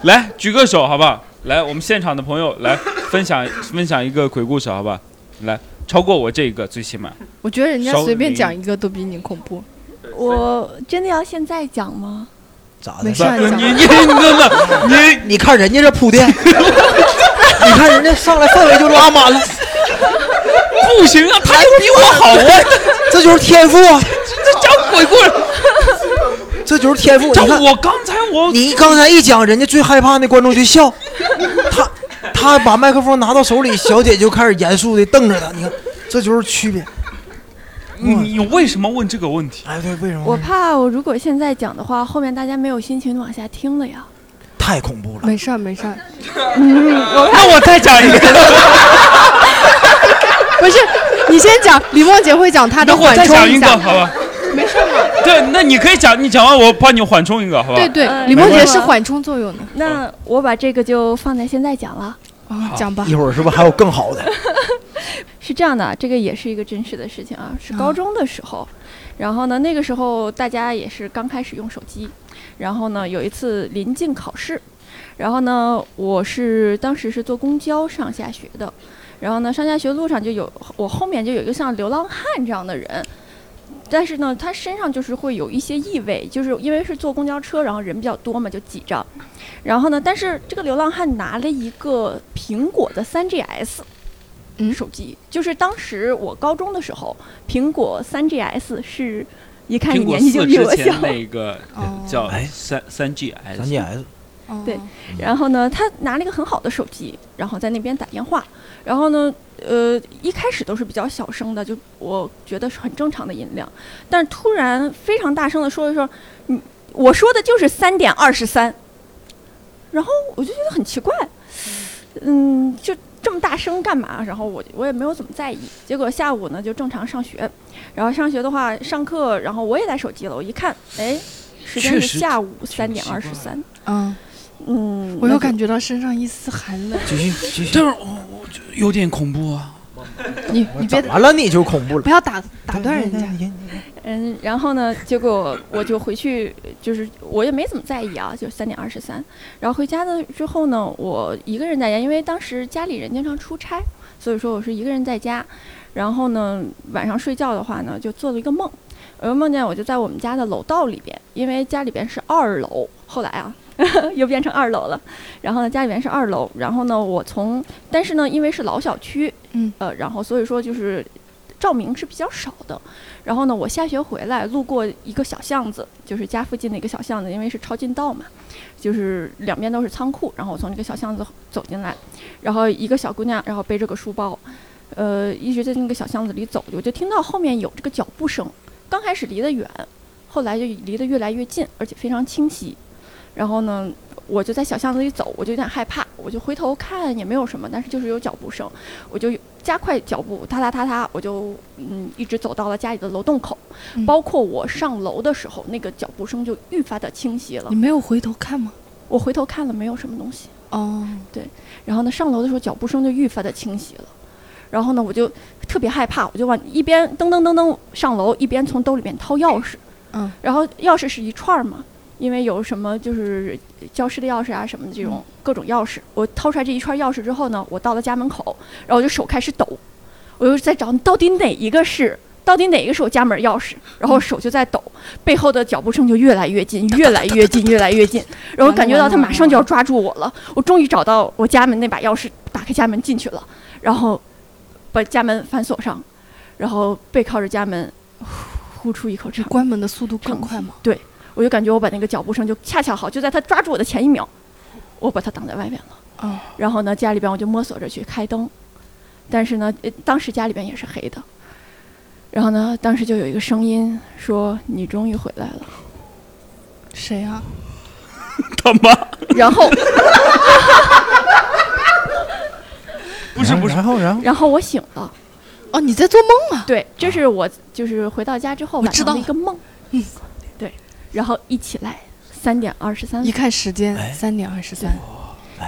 Speaker 2: 来，举个手，好不好？来，我们现场的朋友来分享分享一个鬼故事，好吧？来，超过我这一个，最起码
Speaker 4: 我觉得人家
Speaker 2: 稍
Speaker 4: 随便
Speaker 2: 微
Speaker 4: 讲一个都比你恐怖。
Speaker 5: 我真的要现在讲吗？
Speaker 3: 咋
Speaker 4: 没
Speaker 3: 的？
Speaker 4: 事啊，
Speaker 2: 你
Speaker 4: 讲
Speaker 2: 你真的你
Speaker 3: 你看人家这铺垫，你看人家上来氛围就拉满了，
Speaker 2: 不行啊，他就比我好啊！
Speaker 3: 这就是天赋啊，
Speaker 2: 这讲鬼故事，
Speaker 3: 这就是天赋。你
Speaker 2: 这
Speaker 3: 看，
Speaker 2: 我刚才我
Speaker 3: 你刚才一讲，人家最害怕那观众就笑，他他把麦克风拿到手里，小姐就开始严肃的瞪着他。你看，这就是区别。
Speaker 2: 你你为什么问这个问题？
Speaker 3: 哎，对，为什么？
Speaker 5: 我怕我如果现在讲的话，后面大家没有心情往下听了呀。
Speaker 3: 太恐怖了。
Speaker 4: 没事儿没事儿，
Speaker 2: 那我再讲一个，
Speaker 4: 不是你先讲，李梦洁会讲她的
Speaker 2: 那我
Speaker 4: 缓
Speaker 2: 再
Speaker 4: 冲
Speaker 2: 讲
Speaker 4: 一
Speaker 2: 一个，
Speaker 4: 下，
Speaker 2: 好吧？
Speaker 4: 没事儿嘛。
Speaker 2: 对，那你可以讲，你讲完我帮你缓冲一个，好吧？
Speaker 4: 对对，
Speaker 5: 呃
Speaker 4: 李梦
Speaker 5: 没
Speaker 4: 洁
Speaker 5: 问题
Speaker 4: 是缓冲作用的，
Speaker 5: 那我把这个就放在现在讲了。
Speaker 4: 啊，讲吧
Speaker 3: 一。会儿是不是还有更好的？
Speaker 5: 是这样的，啊这个也是一个真实的事情啊，是高中的时候，然后呢，那个时候大家也是刚开始用手机，然后呢，有一次临近考试，然后呢，我是当时是坐公交上下学的，然后呢，上下学路上就有我后面就有一个像流浪汉这样的人。但是呢，他身上就是会有一些异味，就是因为是坐公交车，然后人比较多嘛，就挤着。然后呢，但是这个流浪汉拿了一个苹果的 3GS，
Speaker 4: 嗯
Speaker 5: 手机，就是当时我高中的时候，苹果 3GS 是一看
Speaker 2: 苹
Speaker 5: 你
Speaker 2: 果
Speaker 5: 年纪就
Speaker 2: 四
Speaker 5: 比
Speaker 2: 之
Speaker 5: 我小
Speaker 2: 前，那个
Speaker 4: 哦
Speaker 2: 叫
Speaker 3: 哎
Speaker 2: 三三 G S，
Speaker 3: 咱 GS
Speaker 4: 哦
Speaker 5: 对然后呢，他拿了一个很好的手机，然后在那边打电话。然后呢，呃，一开始都是比较小声的，就我觉得是很正常的音量。但是突然非常大声的说一说，你我说的就是三点二十三。然后我就觉得很奇怪，嗯，就这么大声干嘛？然后我我也没有怎么在意。结果下午呢就正常上学，然后上学的话上课，然后我也带手机了，我一看，哎，时间
Speaker 2: 确
Speaker 5: 是
Speaker 2: 实
Speaker 5: 下午三
Speaker 2: 挺
Speaker 5: 点
Speaker 2: 奇
Speaker 5: 二
Speaker 2: 怪
Speaker 5: 十三。
Speaker 4: 嗯，
Speaker 5: 嗯，
Speaker 4: 我
Speaker 5: 那就
Speaker 4: 又感觉到身上一丝寒冷。
Speaker 3: 继续继续。
Speaker 2: 这我我就有点恐怖啊！
Speaker 4: 你你别
Speaker 3: 完了你就恐怖了
Speaker 4: 不。要打打断人家。
Speaker 5: 嗯，然后呢，结果我就回去，就是我也没怎么在意啊，就三点二十三。然后回家的之后呢，我一个人在家，因为当时家里人经常出差，所以说我是一个人在家。然后呢，晚上睡觉的话呢，就做了一个梦，我就梦见我就在我们家的楼道里边，因为家里边是二楼，后来啊 又变成二楼了。然后呢，家里边是二楼，然后呢，我从但是呢，因为是老小区，
Speaker 4: 嗯，
Speaker 5: 呃，然后所以说就是照明是比较少的。然后呢，我下学回来路过一个小巷子，就是家附近的一个小巷子，因为是抄近道嘛，就是两边都是仓库。然后我从这个小巷子走进来，然后一个小姑娘，然后背着个书包，呃，一直在那个小巷子里走，我就听到后面有这个脚步声。刚开始离得远，后来就离得越来越近，而且非常清晰。然后呢，我就在小巷子里走，我就有点害怕，我就回头看也没有什么，但是就是有脚步声，我就加快脚步，踏踏踏踏，我就嗯一直走到了家里的楼洞口。
Speaker 4: 嗯
Speaker 5: 包括我上楼的时候，那个脚步声就愈发的清晰了
Speaker 4: 你。没有回头看吗？
Speaker 5: 我回头看了，没有什么东西。
Speaker 4: 哦，
Speaker 5: 然后呢，上楼的时候脚步声就愈发的清晰了。然后呢，我就特别害怕，我就往一边噔噔噔噔上楼，一边从兜里面掏钥匙。
Speaker 4: 嗯，
Speaker 5: 然后钥匙是一串儿嘛，因为有什么就是教室的钥匙啊什么的这种各种钥匙。我掏出来这一串钥匙之后呢，我到了家门口，然后我就手开始抖，我就在找到底哪一个是。到底哪一个是我家门钥匙？然后手就在抖，背后的脚步声就越来越 近，越来越近，越来越近。然后我感觉到他马上就要抓住我了。我终于找到我家门那把钥匙，打开家门进去了，然后把家门反锁上，然后背靠着家门，呼呼出一口
Speaker 4: 你
Speaker 5: 长气。
Speaker 4: 关门的速度更快吗？
Speaker 5: 对，我就感觉我把那个脚步声就恰恰好，就在他抓住我的前一秒，我把他挡在外面了。
Speaker 4: 哦，
Speaker 5: 然后呢，家里边我就摸索着去开灯，但是呢，呃当时家里边也是黑的。然后呢，当时就有一个声音说：“你终于回来了。
Speaker 4: 谁啊？
Speaker 2: 他妈，”
Speaker 5: 然 后，
Speaker 2: 不是不是，
Speaker 3: 然后然后
Speaker 5: 然后我醒了。
Speaker 4: 哦，你在做梦啊？
Speaker 5: 对，这是我就是回到家之后
Speaker 4: 我
Speaker 5: 晚
Speaker 4: 知
Speaker 5: 上
Speaker 4: 道
Speaker 5: 的一个梦。
Speaker 4: 嗯，
Speaker 5: 对，然后一起来，三点二十三
Speaker 4: 一看时间
Speaker 3: 哎
Speaker 4: 三点二十三，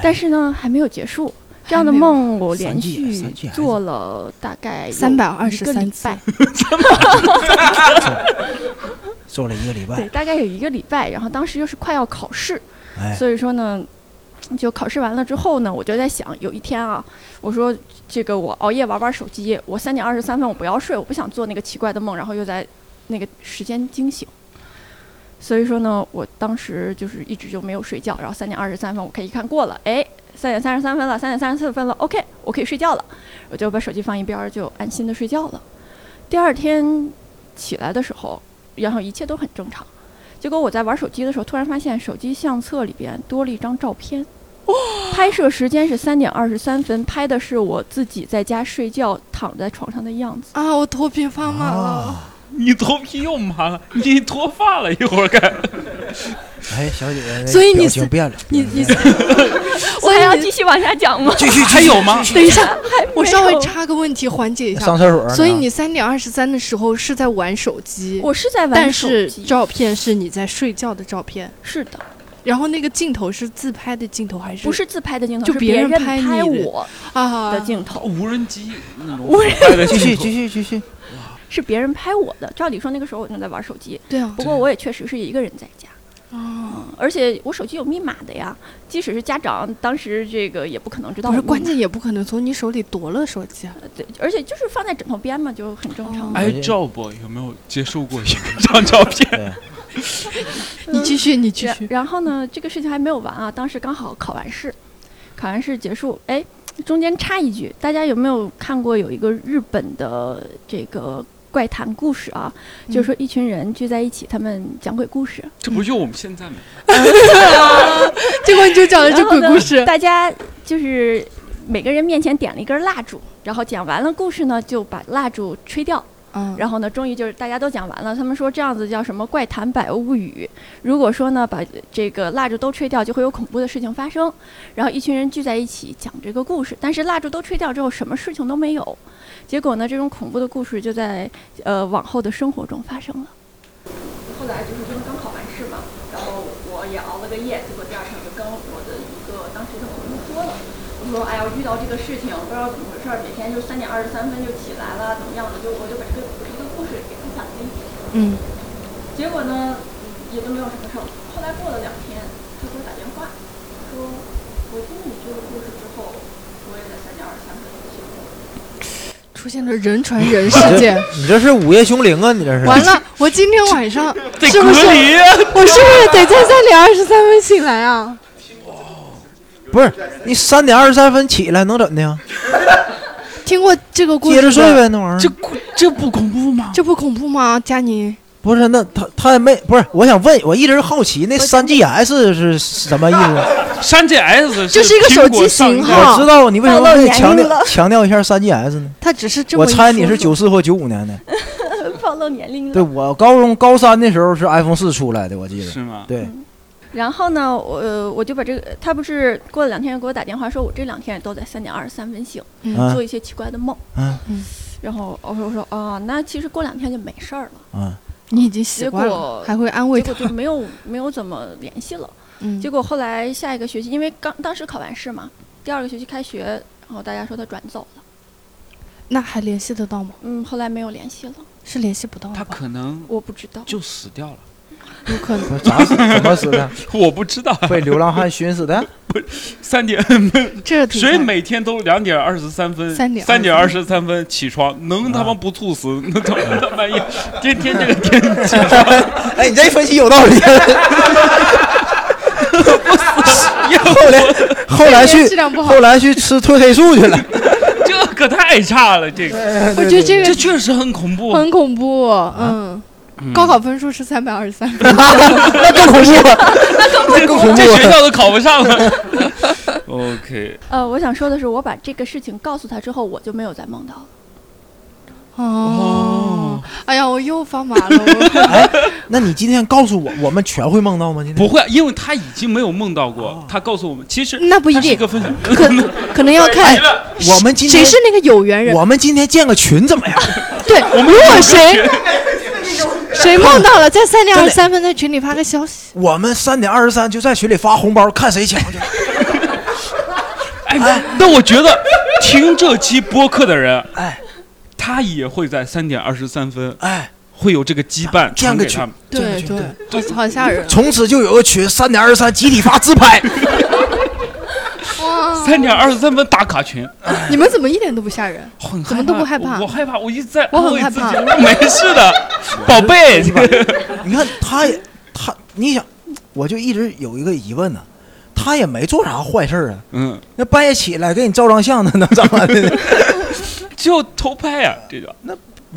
Speaker 5: 但是呢还没有结束。这样的
Speaker 4: 还没有
Speaker 5: 梦我连
Speaker 3: 三 G
Speaker 5: 续
Speaker 3: 三 G 还是
Speaker 5: 做了大概有
Speaker 4: 323
Speaker 5: 一个礼
Speaker 4: 次
Speaker 5: 拜，
Speaker 3: 做了一个礼
Speaker 5: 对，
Speaker 3: 拜，
Speaker 5: 大概有一个礼拜。然后当时又是快要考试，
Speaker 3: 哎，
Speaker 5: 所以说呢，就考试完了之后呢，我就在想，有一天啊，我说这个我熬夜玩玩手机，我三点二十三分我不要睡，我不想做那个奇怪的梦，然后又在那个时间惊醒。所以说呢，我当时就是一直就没有睡觉，然后三点二十三分我可以看过了，哎，三点三十三分了，三点三十四分了，OK，我可以睡觉了，我就把手机放一边儿，就安心的睡觉了。第二天起来的时候，然后一切都很正常。结果我在玩手机的时候，突然发现手机相册里边多了一张照 片。拍摄时间是三点二十三分，拍的是我自己在家睡觉躺在床上的样子。
Speaker 4: 啊，我头皮发麻
Speaker 5: 哦
Speaker 4: 了。
Speaker 3: 啊，
Speaker 2: 你头皮又麻了，你脱发了，一会儿该。
Speaker 3: 哎，小姐姐，
Speaker 4: 所以你
Speaker 3: 表
Speaker 4: 是
Speaker 3: 情变了，哎
Speaker 4: 你你，
Speaker 5: 我
Speaker 4: 所以
Speaker 5: 还要
Speaker 4: 你
Speaker 5: 继续往下讲吗？
Speaker 3: 继续
Speaker 2: 还有吗？
Speaker 4: 等一下，我稍
Speaker 5: 没
Speaker 4: 微
Speaker 5: 有
Speaker 4: 插个问题缓解一下
Speaker 3: 上。厕所呢，
Speaker 4: 所以你三点二十三的时候是在玩手机，
Speaker 5: 我是在玩
Speaker 4: 但
Speaker 5: 手
Speaker 4: 是
Speaker 5: 机
Speaker 4: 照片是你在睡觉的照片，
Speaker 5: 是的，
Speaker 4: 然后那个镜头是自拍的镜头还是
Speaker 5: 不是自拍的镜头，
Speaker 4: 就是别
Speaker 5: 人
Speaker 4: 人拍你
Speaker 5: 拍
Speaker 4: 的
Speaker 5: 我
Speaker 4: 啊
Speaker 5: 的？镜头，
Speaker 2: 无人机那种
Speaker 5: 无人
Speaker 2: 拍的
Speaker 3: 哎继
Speaker 2: 镜
Speaker 3: 续
Speaker 2: 头
Speaker 3: 继续继续，
Speaker 5: 是别人拍我的。照理说那个时候我正在玩手机，
Speaker 4: 对啊
Speaker 5: 不，过我也确实是一个人在家。
Speaker 4: 啊，
Speaker 5: 而且我手机有密码的呀，即使是家长，当时这个也不可能知道我密
Speaker 4: 不是
Speaker 5: 码。
Speaker 4: 关键也不可能从你手里夺了手机啊。
Speaker 5: 对，而且就是放在枕头边嘛，就很正常。
Speaker 4: 哦
Speaker 2: 哎，Job 有没有接受过一张照片？
Speaker 3: 对，
Speaker 5: 嗯
Speaker 4: 你继续，你继
Speaker 5: 然
Speaker 4: 续。嗯
Speaker 5: 然后呢，这个事情还没有完啊，当时刚好考完试，考完试结束，哎，中间插一句，大家有没有看过有一个日本的这个怪谈故事啊？
Speaker 4: 嗯
Speaker 5: 就是说一群人聚在一起，他们讲鬼故事，
Speaker 2: 这不就我们现在吗？
Speaker 4: 结果你就讲了 啊这
Speaker 5: 然后
Speaker 4: 鬼
Speaker 5: 呢
Speaker 4: 故事，
Speaker 5: 大家就是每个人面前点了一根蜡烛，然后讲完了故事呢，就把蜡烛吹掉。
Speaker 4: 嗯，
Speaker 5: 然后呢，终于就是大家都讲完了，他们说这样子叫什么怪谈百物语。如果说呢，把这个蜡烛都吹掉，就会有恐怖的事情发生。然后一群人聚在一起讲这个故事，但是蜡烛都吹掉之后，什么事情都没有。结果呢，这种恐怖的故事就在呃往后的生活中发生了。后来就是因为刚考完试嘛，然后我也熬了个夜，结果第二天我就跟我的一个当时的朋友说了。我说，哎呀，我遇到这个事情，我不知道怎么回事儿，每天就三点二十三分就起来了，怎么样的，就我就把这个一个故事给分享给你。
Speaker 4: 嗯，
Speaker 5: 结果呢，也就没有什么事儿。后来过了两天，他给我打电话，说我听了你这个故事之后，我也在三点二十三分就醒了。
Speaker 4: 出现了人传人事 件，
Speaker 3: 你这是午夜凶铃啊，你这是
Speaker 4: 完了，我今天晚上
Speaker 2: 得
Speaker 4: 是不是
Speaker 2: 隔离啊，
Speaker 4: 我是不是得在三点二十三分醒来啊？
Speaker 3: 不是你三点二十三分起来能怎的呀？
Speaker 4: 听过这个故事
Speaker 3: 接
Speaker 4: 吗？
Speaker 3: 着睡呗，那玩意
Speaker 2: 这
Speaker 3: 儿
Speaker 2: 这不 恐怖吗？
Speaker 4: 这不恐怖吗，佳宁？
Speaker 3: 不是那他他也没不是，我想问，我一直好奇那三 GS 是什么意 思？
Speaker 2: 山 GS
Speaker 4: 就是一个手机型号
Speaker 3: 我知道你为什么
Speaker 5: 暴露
Speaker 3: 会
Speaker 5: 年
Speaker 3: 强
Speaker 5: 龄
Speaker 3: 调强调一下三 GS 呢？
Speaker 4: 他只是这么
Speaker 3: 我
Speaker 4: 一
Speaker 3: 猜你
Speaker 4: 说
Speaker 3: 是
Speaker 4: 说
Speaker 3: 九四或九五年的，
Speaker 5: 暴露年龄
Speaker 3: 对。我高中高三的时候是 iPhone 四出来的，我记得
Speaker 2: 是。吗？
Speaker 3: 对，
Speaker 5: 然后呢，我呃我就把这个，他不是过了两天给我打电话说，我这两天都在三点二十三分醒，
Speaker 4: 啊
Speaker 3: 嗯
Speaker 5: 做一些奇怪的梦。
Speaker 3: 嗯
Speaker 5: 然后我说我说哦，那其实过两天就没事儿了，
Speaker 3: 嗯，
Speaker 4: 你已经习惯
Speaker 5: 结
Speaker 4: 了
Speaker 5: 果，
Speaker 4: 还会安慰
Speaker 5: 结
Speaker 4: 他
Speaker 5: 果。就没有没有怎么联系了。
Speaker 4: 嗯，
Speaker 5: 结果后来下一个学期，因为刚当时考完试嘛，第二个学期开学，然后大家说他转走了，
Speaker 4: 那还联系得到吗？
Speaker 5: 嗯，后来没有联系了，
Speaker 4: 是联系不到
Speaker 2: 他
Speaker 4: 了吧？
Speaker 2: 可能
Speaker 5: 我不知道。
Speaker 2: 就死掉了，
Speaker 4: 有可能
Speaker 3: 不是咋死怎么死的？
Speaker 2: 我不知道。
Speaker 3: 被流浪汉熏死的？
Speaker 2: 三点，
Speaker 4: 这挺
Speaker 2: 谁
Speaker 4: 吓
Speaker 2: 每天都两点二十三分，
Speaker 4: 三嗯点
Speaker 2: 三点二十三分起床，能他妈不猝死？那他妈的半夜，天天这个天气，
Speaker 3: 哎，你这分析有道理。后 来后来
Speaker 4: 这边质
Speaker 3: 去
Speaker 4: 量不好
Speaker 3: 后，来去吃褪黑素去 了。
Speaker 2: 这可太差了，这个
Speaker 4: 我觉得这
Speaker 2: 这
Speaker 4: 个
Speaker 2: 确实很恐怖。
Speaker 4: 很恐怖。嗯，
Speaker 2: 嗯
Speaker 4: 高考分数是三百二十三 分，
Speaker 3: 那更恐怖了，那更恐怖
Speaker 2: 这学
Speaker 3: 了。
Speaker 2: 校都
Speaker 4: 嗯
Speaker 2: 考不 上了。OK，
Speaker 5: 呃，我想说的是，我把这个事情告诉他之后，我就没有再梦到了。
Speaker 4: 哦，哎呀，我又发麻了。我
Speaker 3: 哎，那你今天告诉我，我们全会梦到吗？今天
Speaker 2: 不会，因为他已经没有梦到过。他告诉我们，其实
Speaker 4: 哦那不一
Speaker 2: 他是
Speaker 4: 定
Speaker 2: 个分享。
Speaker 4: 可可能要看
Speaker 3: 哎我们今
Speaker 4: 谁
Speaker 3: 天
Speaker 4: 是那个有缘人。
Speaker 3: 我们今天建个群怎么样？
Speaker 4: 对，如果谁谁梦到了，在三点二十三分在群里发个消息，
Speaker 3: 我们三点二十三就在群里发红包，看谁抢去。
Speaker 2: 哎， 那我觉得听这期播客的人，
Speaker 3: 哎，
Speaker 2: 他也会在三点二十三分
Speaker 3: 哎，
Speaker 2: 会有这个羁绊
Speaker 3: 建
Speaker 2: 传
Speaker 3: 个
Speaker 2: 给
Speaker 3: 群
Speaker 2: 他们。
Speaker 3: 对
Speaker 4: 对
Speaker 3: 对
Speaker 4: 好好吓人啊，
Speaker 3: 从此就有个群，三点二十三集体发自 拍。
Speaker 4: 哇
Speaker 2: 三点二十三分打卡群，
Speaker 4: 你们怎么一点都不吓人？
Speaker 2: 我很害怕
Speaker 4: 怎么都不害怕
Speaker 2: 我我害怕，我一直在
Speaker 4: 我
Speaker 2: 安
Speaker 4: 很
Speaker 2: 慰
Speaker 4: 害
Speaker 2: 自己
Speaker 4: 怕，
Speaker 2: 没事 的，宝贝，
Speaker 3: 你看他也他，你想，我就一直有一个疑问呢、他也没做啥坏事儿啊，
Speaker 2: 嗯，
Speaker 3: 那半夜起来给你照张相，那能怎么的呢？
Speaker 2: 就偷拍呀、这个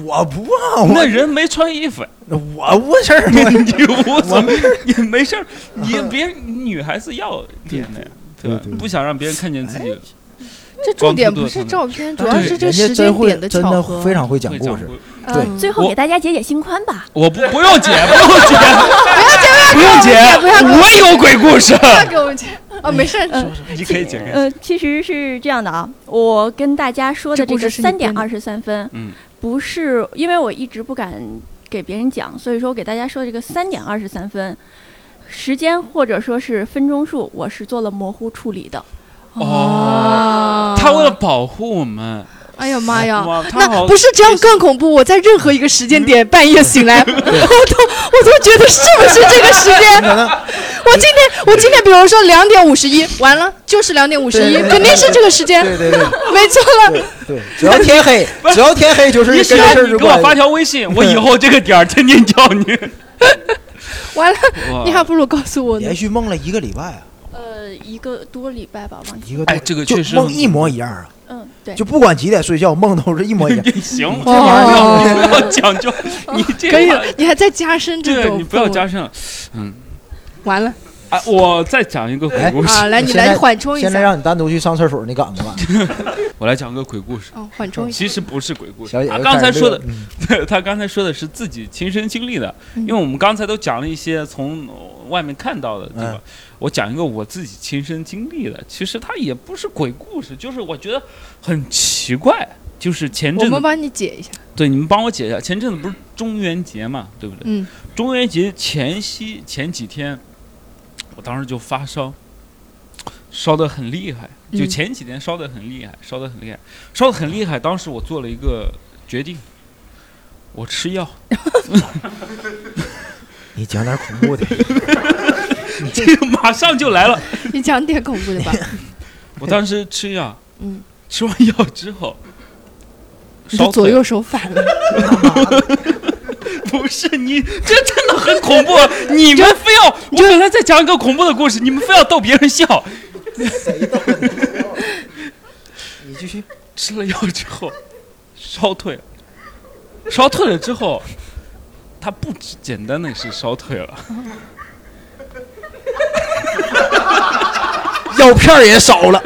Speaker 3: 我不怕，哦我
Speaker 2: 那人没穿衣服，
Speaker 3: 我无事儿，
Speaker 2: 你 无所谓，也没事儿，你别女孩子要点的呀，吧
Speaker 6: 对对？对
Speaker 2: 不想让别人看见自
Speaker 3: 哎
Speaker 2: 己
Speaker 4: 这重点不是照片，主要是这
Speaker 3: 人
Speaker 4: 个
Speaker 3: 家
Speaker 4: 时
Speaker 3: 真
Speaker 4: 间
Speaker 3: 会
Speaker 4: 点
Speaker 3: 真
Speaker 4: 巧
Speaker 3: 的
Speaker 4: 合。嗯
Speaker 3: 非常会讲
Speaker 2: 会
Speaker 3: 故
Speaker 2: 讲
Speaker 3: 事。
Speaker 2: 故
Speaker 5: 呃，最后
Speaker 2: 我
Speaker 5: 给大家解解心宽吧。
Speaker 2: 我不不用解，不用解，不用解，
Speaker 4: 不要给我
Speaker 2: 我有鬼故事，
Speaker 4: 不要给我们讲啊，没事儿，
Speaker 5: 嗯
Speaker 2: 你可以解开。
Speaker 5: 呃，其实是这样的啊，我跟大家说的
Speaker 4: 这
Speaker 5: 这
Speaker 4: 故
Speaker 5: 个
Speaker 4: 事是你
Speaker 5: 三点
Speaker 4: 编的
Speaker 5: 二十三分，
Speaker 2: 嗯，
Speaker 5: 不是因为我一直不敢给别人讲，所以说我给大家说的这个三点二十三分，时间或者说是分钟数，我是做了模糊处理的。
Speaker 2: 哦他为了保护我们，
Speaker 4: 哎呀妈呀
Speaker 2: 哇，他
Speaker 4: 那
Speaker 2: 好
Speaker 4: 不是这样更恐怖？我在任何一个时间点半夜醒 来，我都我都觉得是不是这个时 间？我今天我今天比如说两点五十一，完了就是两点五十一
Speaker 3: 对对，对
Speaker 4: 肯定是这个时间，
Speaker 3: 对对对
Speaker 4: 没错了。
Speaker 3: 对对，只要天黑，只要天黑就是
Speaker 2: 你
Speaker 3: 跟
Speaker 2: 喜
Speaker 3: 这
Speaker 2: 欢
Speaker 3: 事儿
Speaker 2: 你
Speaker 3: 有
Speaker 2: 给我发
Speaker 3: 关系。
Speaker 2: 条微信，我以后这个点儿天天叫 你。
Speaker 4: 完了，
Speaker 2: 哇
Speaker 4: 你 还不如告诉我呢
Speaker 3: 连。续梦了一个礼拜啊，
Speaker 5: 呃，一个多礼拜吧，忘记。
Speaker 3: 一个多
Speaker 2: 哎，这个
Speaker 3: 就
Speaker 2: 确实
Speaker 3: 梦一模一样啊，
Speaker 5: 嗯，对，
Speaker 3: 就不管几点睡觉，梦都是一 模一样。
Speaker 2: 也行，
Speaker 4: 这
Speaker 2: 这
Speaker 4: 玩
Speaker 2: 玩
Speaker 4: 意
Speaker 2: 意
Speaker 4: 儿
Speaker 2: 儿你 不要讲 究，你这
Speaker 4: 可以
Speaker 2: 个
Speaker 4: 了，你还在加深这
Speaker 2: 啊对
Speaker 4: 种，
Speaker 2: 你不要加。上。
Speaker 4: 完了
Speaker 2: 哎，我再讲一个鬼故
Speaker 4: 啊，
Speaker 2: 事，
Speaker 4: 来你
Speaker 3: 现在
Speaker 4: 来缓冲一
Speaker 3: 现在
Speaker 4: 下，
Speaker 3: 让你单独去上厕所，你敢不敢？
Speaker 2: 我来讲个鬼故事。
Speaker 4: 嗯，缓冲一下。
Speaker 2: 其实不是鬼故事
Speaker 3: 小，姐
Speaker 2: 他
Speaker 3: 就
Speaker 2: 啊刚才
Speaker 3: 开始
Speaker 2: 说
Speaker 3: 乐嗯
Speaker 2: 的，他刚才说的是自己亲身经历的，
Speaker 4: 嗯
Speaker 2: 因为我们刚才都讲了一些从外面看到的，对吧
Speaker 3: 嗯？
Speaker 2: 我讲一个我自己亲身经历的，其实它也不是鬼故事，就是我觉得很奇怪，就是前
Speaker 4: 我
Speaker 2: 阵子
Speaker 4: 们帮你解一下，
Speaker 2: 对，你们帮我解一下。前阵子不是中元节嘛，对不对？
Speaker 4: 嗯。
Speaker 2: 中元节前夕前几天，我当时就发烧，烧得很厉害。就
Speaker 4: 嗯
Speaker 2: 前几天烧得很厉害，烧得很厉害，烧得很厉害。当时我做了一个决定，我吃药。
Speaker 3: 你讲点恐怖的，
Speaker 2: 这个马上就来了。
Speaker 4: 你讲点恐怖的吧。
Speaker 2: 我当时吃药，
Speaker 4: 嗯，
Speaker 2: 吃完药之后，
Speaker 4: 你
Speaker 2: 烧
Speaker 4: 的左
Speaker 2: 腿
Speaker 4: 右手反了，
Speaker 2: 不是你，这真的很恐怖。啊 你们非要，我本来在讲一个恐怖的故事，你们非要逗别人笑。
Speaker 3: 你继续。
Speaker 2: 吃了药之后，烧退了，烧退了之后，它不只简单的是烧退了，
Speaker 3: 药片儿也少了，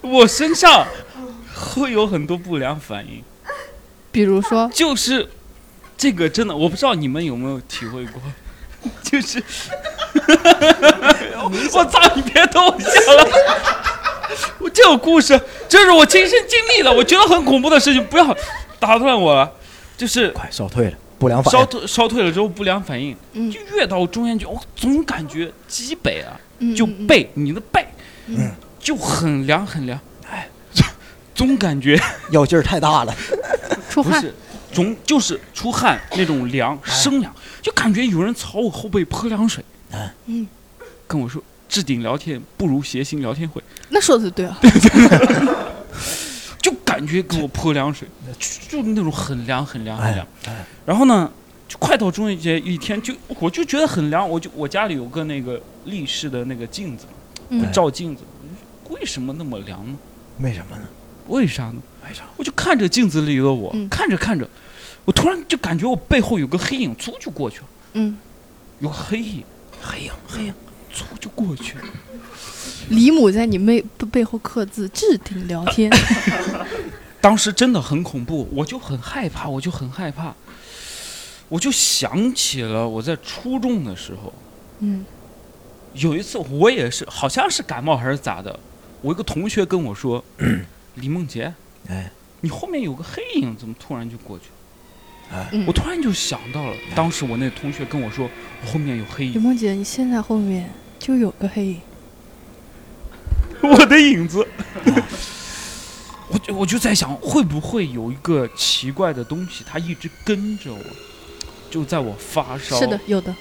Speaker 2: 我身上会有很多不良反应，
Speaker 4: 比如说
Speaker 2: 就是这个真的，我不知道你们有没有体会过，就是， 我操，你别逗我笑了。我这个故事，这是我亲身经历的，我觉得很恐怖的事情，不要打断我了。就是
Speaker 3: 快烧退了，不良反
Speaker 2: 烧
Speaker 3: 应。
Speaker 2: 退烧退了之后不良反应，
Speaker 4: 嗯
Speaker 2: 就越到中间去，我总感觉脊背啊，
Speaker 4: 嗯
Speaker 2: 就
Speaker 4: 嗯嗯
Speaker 2: 背你的背
Speaker 3: 嗯，
Speaker 2: 就很凉很凉，哎，就总感觉
Speaker 3: 药劲儿太大了，
Speaker 4: 出
Speaker 2: 不
Speaker 4: 汗，
Speaker 2: 是，总就是出汗那种凉，生凉，就感觉有人朝我后背泼凉水
Speaker 3: 哎，
Speaker 4: 嗯，
Speaker 2: 跟我说置顶聊天不如谐星聊天会，
Speaker 4: 那说的对啊。
Speaker 2: 就感觉给我泼凉水，就就那种很凉很凉很
Speaker 3: 哎
Speaker 2: 凉。然后呢，就快到中元节一天，就我就觉得很凉，我就我家里有个那个立式的那个镜子，
Speaker 4: 嗯
Speaker 2: 会照镜子，为什么那么凉呢？
Speaker 3: 为什么呢？
Speaker 2: 为啥呢？为啥？我就看着镜子里的我，
Speaker 4: 嗯
Speaker 2: 看着看着，我突然就感觉我背后有个黑影嗖就过去了，
Speaker 4: 嗯，
Speaker 2: 有个黑影，黑影，黑影，嗖就过去了。
Speaker 4: 李母在你妹背背后刻字，置顶
Speaker 2: 啊
Speaker 4: 聊天。
Speaker 2: 当时真的很恐怖，我就很害怕，我就很害怕，我就想起了我在初中的时候，
Speaker 4: 嗯
Speaker 2: 有一次我也是，好像是感冒还是咋的，我一个同 学跟我说：“李梦洁，
Speaker 3: 哎，
Speaker 2: 你后面有个黑影，怎么突然就过去了？”
Speaker 3: 哎
Speaker 4: 嗯
Speaker 2: 我突然就想到了，当时我那同学跟我说，我后面有黑
Speaker 4: 雨
Speaker 2: 影，
Speaker 4: 梦姐，你现在后面就有个黑影，
Speaker 2: 我的影子。我就我就在想，会不会有一个奇怪的东西，它一直跟着我，就在我发烧。
Speaker 4: 是的，，有的，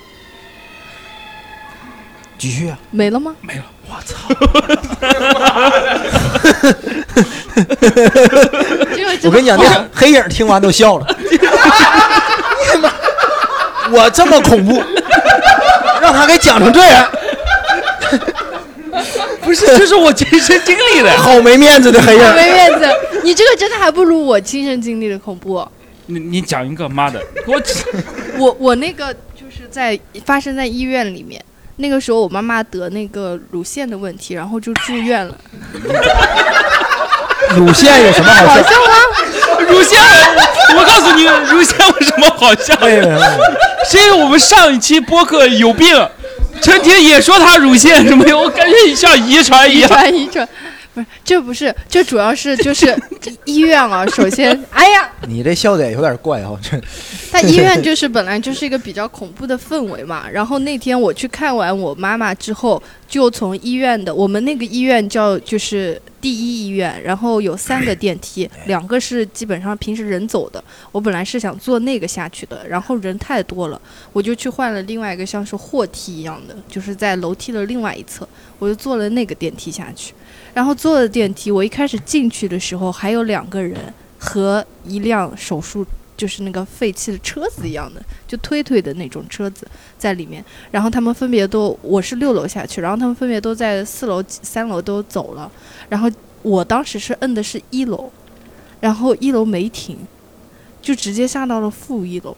Speaker 3: 继续啊，
Speaker 4: 没了吗？
Speaker 2: 没了，我 操！
Speaker 3: 我跟你讲，
Speaker 4: 那
Speaker 3: 那黑影听完都笑了。你妈我这么恐怖，让他给讲成这样，
Speaker 2: 不 是，这是我亲身经历的。
Speaker 3: 好没面子的黑影。
Speaker 4: 没面子，你这个真的还不如我亲身经历的恐怖。哦
Speaker 2: 你你讲一个，妈的，我只
Speaker 4: 我我那个就是在发生在医院里面，那个时候我妈妈得那个乳腺的问题，然后就住院了。
Speaker 3: 乳腺有什么好笑？
Speaker 2: 乳腺，我告诉你，乳腺有什么好笑？
Speaker 3: 哎呀，
Speaker 2: 是因为我们上一期播客有病，陈婷也说她乳腺什么的，我感觉像遗传一
Speaker 4: 遗
Speaker 2: 样。
Speaker 4: 传遗传，不是这不是，这主要是就是医院啊。首先，哎呀，
Speaker 3: 你这笑点有点怪哈、这
Speaker 4: 他医院就是本来就是一个比较恐怖的氛围嘛。然后那天我去看完我妈妈之后，就从医院的我们那个医院叫就是第一医院，然后有三个电梯，两个是基本上平时人走的。我本来是想坐那个下去的，然后人太多了，我就去换了另外一个像是货梯一样的，就是在楼梯的另外一侧，我就坐了那个电梯下去。然后坐的电梯，我一开始进去的时候还有两个人和一辆手术就是那个废弃的车子一样的，就推推的那种车子在里面。然后他们分别都，我是六楼下去，然后他们分别都在四楼、三楼都走了。然后我当时是摁的是一楼，然后一楼没停，就直接下到了负一楼。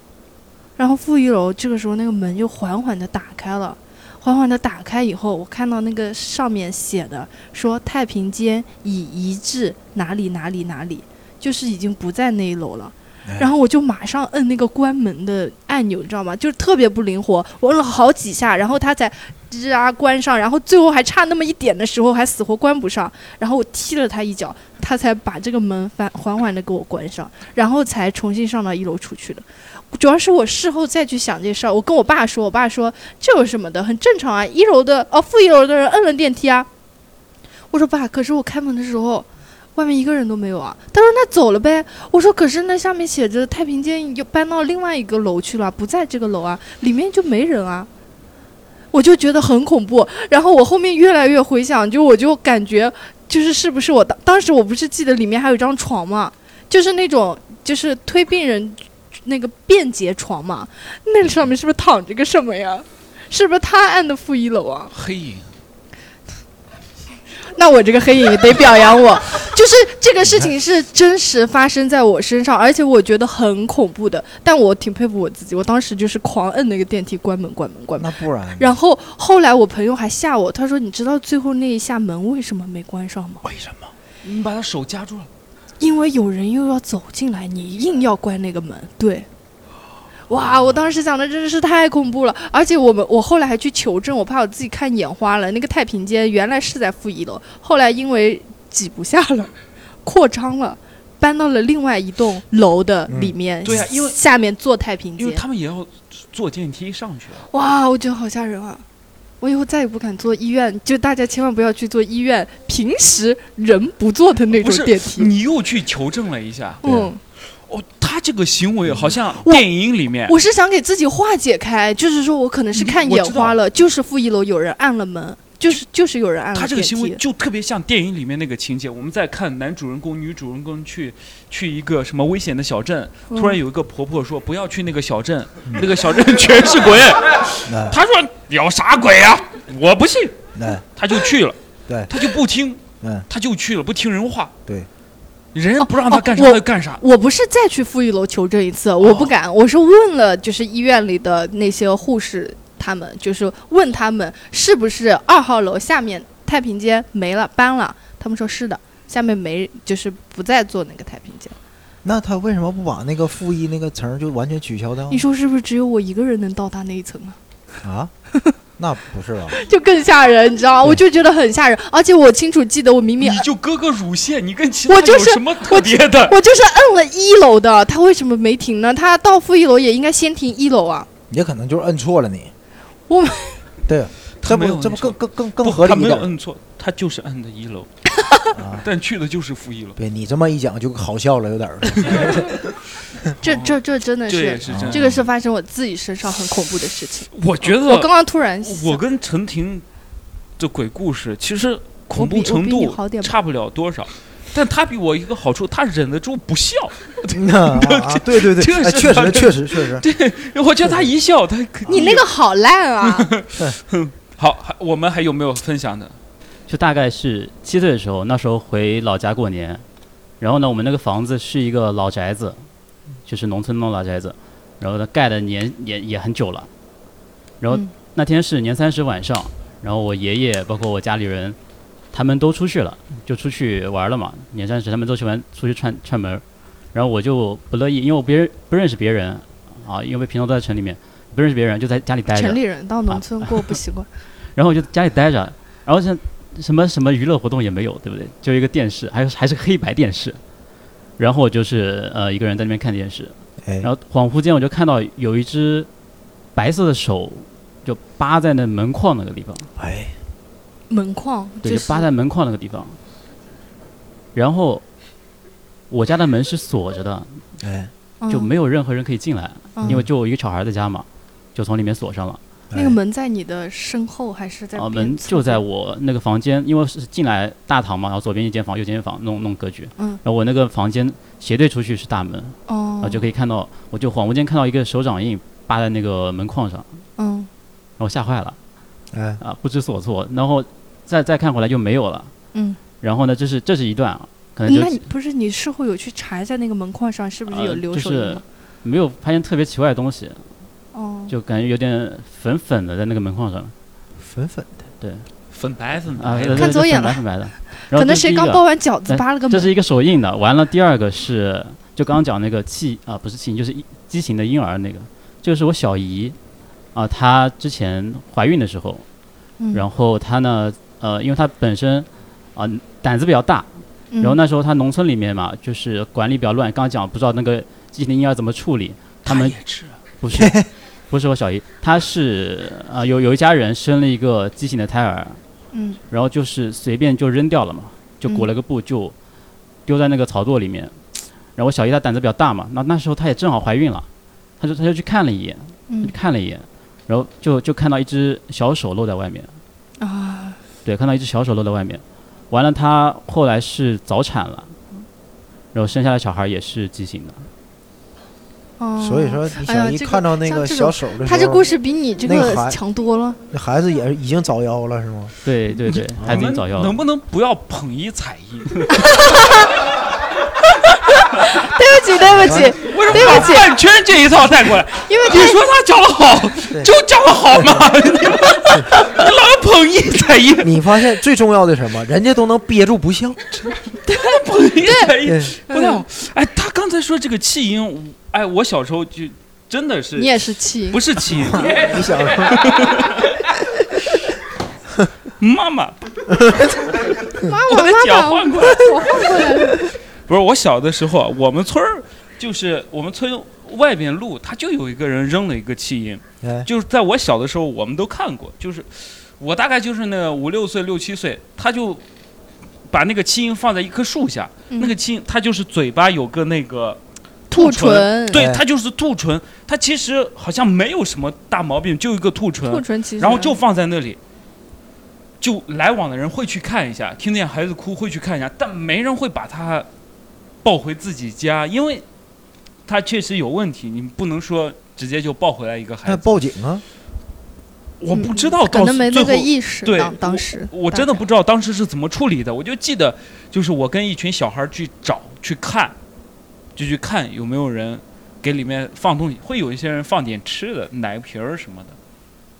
Speaker 4: 然后负一楼这个时候那个门就缓缓的打开了，缓缓的打开以后，我看到那个上面写的说太平间已移至哪里哪里哪里，就是已经不在那一楼了。然后我就马上摁那个关门的按钮，你知道吗？就是特别不灵活，我摁了好几下，然后它才吱啊关上，然后最后还差那么一点的时候还死活关不上，然后我踢了它一脚，它才把这个门反缓缓的给我关上，然后才重新上到一楼出去的。主要是我事后再去想这事儿，我跟我爸说，我爸说这有什么的，很正常啊，一楼的哦负一楼的人摁了电梯啊。我说爸，可是我开门的时候，外面一个人都没有啊。他说那走了呗。我说可是那下面写着太平间又搬到另外一个楼去了，不在这个楼啊，里面就没人啊。我就觉得很恐怖，然后我后面越来越回想，就我就感觉就是是不是我当当时我不是记得里面还有一张床嘛，就是那种就是推病人那个便捷床嘛，那上面是不是躺着个什么呀？是不是他按的负一楼啊？
Speaker 2: 黑影，
Speaker 4: 那我这个黑影得表扬我，就是这个事情是真实发生在我身上，而且我觉得很恐怖的。但我挺佩服我自己，我当时就是狂摁那个电梯关门关门关门。
Speaker 3: 那不然，
Speaker 4: 然后后来我朋友还吓我，他说：“你知道最后那一下门为什么没关上吗？
Speaker 2: 为什么？你把他手夹住了。
Speaker 4: 因为有人又要走进来，你硬要关那个门。”对。
Speaker 2: 哦
Speaker 4: 哇！我当时想的真的是太恐怖了，而且我们我后来还去求证，我怕我自己看眼花了。那个太平间原来是在负一楼，后来因为挤不下了，扩张了，搬到了另外一栋楼的里面。
Speaker 2: 对啊因为
Speaker 4: 下面做太平
Speaker 2: 因为
Speaker 4: 间。
Speaker 2: 他们也要坐电梯上去啊。
Speaker 4: 哇，我觉得好吓人啊！我以后再也不敢坐医院，就大家千万不要去坐医院平时人不坐的那
Speaker 2: 不
Speaker 4: 种
Speaker 2: 是
Speaker 4: 电梯。
Speaker 2: 你又去求证了一下，
Speaker 3: 对啊
Speaker 4: 嗯，
Speaker 2: 哦，他这个行
Speaker 3: 嗯
Speaker 2: 为好像
Speaker 4: 我
Speaker 2: 电影里面，
Speaker 4: 我是想给自己化解开，就是说我可能是看
Speaker 2: 你嗯我
Speaker 4: 眼
Speaker 2: 知道
Speaker 4: 花了，就是负一楼有人按了门，就是就是有人按了
Speaker 2: 他这个
Speaker 4: 电
Speaker 2: 行为
Speaker 4: 梯
Speaker 2: 就特别像电影里面那个情节。我们在看男主人公、女主人公去去一个什么危险的小镇，
Speaker 4: 嗯
Speaker 2: 突然有一个婆婆说不要去那个小镇，那个小镇全 是鬼。
Speaker 3: 那
Speaker 2: 他说有啥鬼啊？ 我不信，
Speaker 3: 那
Speaker 2: 他就去了。
Speaker 3: 对
Speaker 2: 他就不听，
Speaker 3: 嗯
Speaker 2: 他就去了，不听人话。
Speaker 3: 对，
Speaker 2: 人家不让他干啥
Speaker 4: 哦哦
Speaker 2: 他
Speaker 4: 我
Speaker 2: 就干啥。
Speaker 4: 我不是再去负一楼求证一次，
Speaker 2: 哦
Speaker 4: 我不敢，我是问了，就是医院里的那些护士，他们就是问他们是不是二号楼下面太平间没了搬了，他们说是的，下面没就是不再做那个太平
Speaker 2: 哦
Speaker 4: 间。
Speaker 3: 那他为什么不把那个负一那个层儿就完全取消掉呢？
Speaker 4: 你说是不是只有我一个人能到达那一层啊？
Speaker 3: 啊？ 那不是吧？
Speaker 4: 就更吓人，你知道吗？
Speaker 3: 对
Speaker 4: 我就觉得很吓人，而且我清楚记得，我明明
Speaker 2: 你就割个乳腺，你跟其他
Speaker 4: 我就
Speaker 2: 有
Speaker 4: 是
Speaker 2: 什么特别 的？
Speaker 4: 我就是摁了一楼的，他为什么没停呢？他到负一楼也应该先停一楼啊。
Speaker 3: 也可能就是摁错了你。
Speaker 4: 我
Speaker 3: 对，
Speaker 2: 他
Speaker 3: 这
Speaker 2: 没有
Speaker 3: 不这不
Speaker 2: 摁错
Speaker 3: 更更更
Speaker 2: 不
Speaker 3: 更合
Speaker 2: 他
Speaker 3: 理一
Speaker 2: 没有
Speaker 3: 点？
Speaker 2: 摁错，他就是摁的一楼，
Speaker 3: 啊
Speaker 2: 但去的就是负一楼。
Speaker 3: 对你这么一讲就好笑了，有点儿。
Speaker 4: 这
Speaker 6: 哦
Speaker 4: 这这真的
Speaker 2: 这也
Speaker 4: 是，
Speaker 2: 是真的。
Speaker 4: 这个是发生我自己身上很恐怖的事情。
Speaker 2: 我觉得
Speaker 4: 我刚刚突然想，
Speaker 2: 我跟陈婷的鬼故事其实恐
Speaker 4: 我
Speaker 2: 怖
Speaker 4: 比
Speaker 2: 程
Speaker 4: 我比
Speaker 2: 度
Speaker 4: 你好点吧
Speaker 2: 差不了多少，但她比我一个好处，她忍得住不笑。
Speaker 3: 啊啊，对对对，
Speaker 2: 这
Speaker 3: 哎，
Speaker 2: 是
Speaker 3: 确
Speaker 2: 他
Speaker 3: 实
Speaker 2: 的
Speaker 3: 确实确实，
Speaker 2: 我觉得她一笑，她可
Speaker 4: 你那个好烂 啊！
Speaker 2: 好，还我们还有没有分享的？
Speaker 6: 就大概是七岁的时候，那时候回老家过年，然后呢，我们那个房子是一个老宅子，就是农村那种老宅子，然后它盖的年也也很久了，然后
Speaker 4: 嗯
Speaker 6: 那天是年三十晚上，然后我爷爷包括我家里人，他们都出去了，就出去玩了嘛，年三十他们都喜欢出去串串门儿，然后我就不乐意，因为我别人不认识别人啊，因为平常都在城里面，不认识别人就在家里待着
Speaker 4: 城，里人到农村过不习惯，
Speaker 6: 然后我就家里待着，然后像什么什么娱乐活动也没有，对不对？就一个电视，还有还是黑白电视，然后我就是呃一个人在那边看电视，
Speaker 3: 哎，
Speaker 6: 然后恍惚间我就看到有一只白色的手就扒在那门框那个地方，
Speaker 3: 哎，
Speaker 4: 门框
Speaker 6: 对，
Speaker 4: 就
Speaker 6: 就是扒在门框那个地方，然后我家的门是锁着的，
Speaker 3: 哎，
Speaker 6: 就
Speaker 4: 嗯
Speaker 6: 没有任何人可以进来，
Speaker 4: 嗯
Speaker 6: 因为就我一个小孩在家嘛，就从里面锁上了。
Speaker 4: 那
Speaker 3: 哎
Speaker 4: 个门在你的身后还是在
Speaker 6: 啊，
Speaker 4: 别
Speaker 6: 哎门
Speaker 4: 人侧
Speaker 6: 就在
Speaker 4: 边
Speaker 6: 我那个房间，因为是进来大堂嘛，然后左边一间房，右边一间房，弄弄格局。
Speaker 4: 嗯
Speaker 6: 然后我那个房间斜对出去是大门，然
Speaker 4: 哦
Speaker 6: 啊后，就可以看到，我就恍惚间看到一个手掌印扒在那个门框上，
Speaker 4: 嗯
Speaker 6: 然后吓坏了
Speaker 3: 哎，
Speaker 6: 啊，不知所措。然后再再看回来就没有了。
Speaker 4: 嗯，
Speaker 6: 然后呢，这是这是一段啊，可能就
Speaker 4: 那你不是你事后有去查一下那个门框上是不是有
Speaker 6: 呃
Speaker 4: 留
Speaker 6: 就
Speaker 4: 守人
Speaker 6: 是
Speaker 4: 吗？
Speaker 6: 没有发现特别奇怪的东西，
Speaker 4: 哦，
Speaker 6: 就感觉有点粉粉的在那个门框上
Speaker 3: 粉粉的，
Speaker 2: 粉白粉
Speaker 6: 啊，
Speaker 2: 白
Speaker 6: 对对
Speaker 2: 的，
Speaker 4: 看走
Speaker 6: 对
Speaker 4: 眼
Speaker 6: 粉白
Speaker 4: 了
Speaker 6: 粉白的。然
Speaker 4: 可
Speaker 6: 后
Speaker 4: 能
Speaker 6: 这是
Speaker 4: 谁
Speaker 6: 第一
Speaker 4: 刚
Speaker 6: 个
Speaker 4: 包完饺子
Speaker 6: 哎
Speaker 4: 扒了个
Speaker 6: 这是
Speaker 4: 门，
Speaker 6: 一个手印的。完了，第二个是就刚刚讲那个气啊、不是气，就是一畸形的婴儿那个，这个是我小姨啊、她之前怀孕的时候，
Speaker 4: 嗯
Speaker 6: 然后她呢，呃，因为她本身啊、胆子比较大，
Speaker 4: 嗯
Speaker 6: 然后那时候她农村里面嘛，就是管理比较乱，刚刚讲不知道那个畸形的婴儿怎么处理，他们
Speaker 2: 也吃啊。
Speaker 6: 不是不是我小姨，她是啊、有有一家人生了一个畸形的胎儿，
Speaker 4: 嗯
Speaker 6: 然后就是随便就扔掉了嘛，就裹了个布就丢在那个草垛里面。然后我小姨她胆子比较大嘛，那那时候她也正好怀孕了，她就她就去看了一眼，她
Speaker 4: 嗯
Speaker 6: 就看了一眼，然后就就看到一只小手露在外面，
Speaker 4: 啊，
Speaker 6: 对，看到一只小手露在外面。完了，她后来是早产了，然后生下来小孩也是畸形的。
Speaker 4: 哦
Speaker 3: 所以说你
Speaker 4: 哎呀
Speaker 3: 想一
Speaker 4: 这个
Speaker 3: 看到那
Speaker 4: 像
Speaker 3: 个
Speaker 4: 这
Speaker 3: 小
Speaker 4: 种
Speaker 3: 手的时候，
Speaker 4: 他这故事比你这
Speaker 3: 那
Speaker 4: 个
Speaker 3: 个孩
Speaker 4: 强多了。
Speaker 3: 那孩子也是已经早夭了是吗？
Speaker 6: 对对对，
Speaker 2: 我
Speaker 6: 孩子已
Speaker 2: 们
Speaker 6: 经早夭
Speaker 2: 能
Speaker 6: 了。
Speaker 2: 不能不要捧一 踩一？
Speaker 4: 对不起，对不起，
Speaker 2: 为什
Speaker 4: 对不
Speaker 2: 么把
Speaker 4: 起
Speaker 2: 饭圈这一套带过来？
Speaker 3: 啊
Speaker 4: 因为
Speaker 2: 你
Speaker 4: 他
Speaker 2: 说他讲的好，
Speaker 3: 对
Speaker 2: 就讲的好 嘛，你老捧一踩一，
Speaker 3: 你发现最重要的是什么？人家都能憋住不笑，
Speaker 2: 捧一踩一
Speaker 3: 对，
Speaker 2: 不太好。哎，他刚才说这个气音，哎，我小时候就真的是
Speaker 4: 你也是气
Speaker 2: 不，是 气音，
Speaker 3: 你想说
Speaker 2: 妈妈，
Speaker 4: 妈
Speaker 2: 我
Speaker 4: 啊妈
Speaker 2: 的脚
Speaker 4: 妈妈，
Speaker 2: 换过来。
Speaker 4: 我换过来了。
Speaker 2: 不是我小的时候啊，我们村儿就是我们村外边路，他就有一个人扔了一个气音，
Speaker 3: 哎，
Speaker 2: 就是在我小的时候，我们都看过，就是我大概就是那五六岁、六七岁，他就把那个气音放在一棵树下，
Speaker 4: 嗯
Speaker 2: 那个气音他就是嘴巴有个那个。
Speaker 4: 兔
Speaker 2: 唇
Speaker 4: 唇，
Speaker 2: 对
Speaker 3: 哎
Speaker 2: 他就是兔唇，他其实好像没有什么大毛病，就一个兔唇，
Speaker 4: 兔唇其实，
Speaker 2: 然后就放在那里，就来往的人会去看一下，听见孩子哭会去看一下，但没人会把他抱回自己家，因为他确实有问题，你不能说直接就抱回来一个孩
Speaker 3: 那
Speaker 2: 子。
Speaker 3: 报警啊！
Speaker 2: 我不知道
Speaker 4: 嗯可
Speaker 2: 到
Speaker 4: 能没
Speaker 2: 最
Speaker 4: 那
Speaker 2: 后
Speaker 4: 个意识，
Speaker 2: 对
Speaker 4: 当当时
Speaker 2: 我真的不知道当时是怎么处理的，我就记得就是我跟一群小孩儿去找去看，就去看有没有人给里面放东西，会有一些人放点吃的奶瓶儿什么的，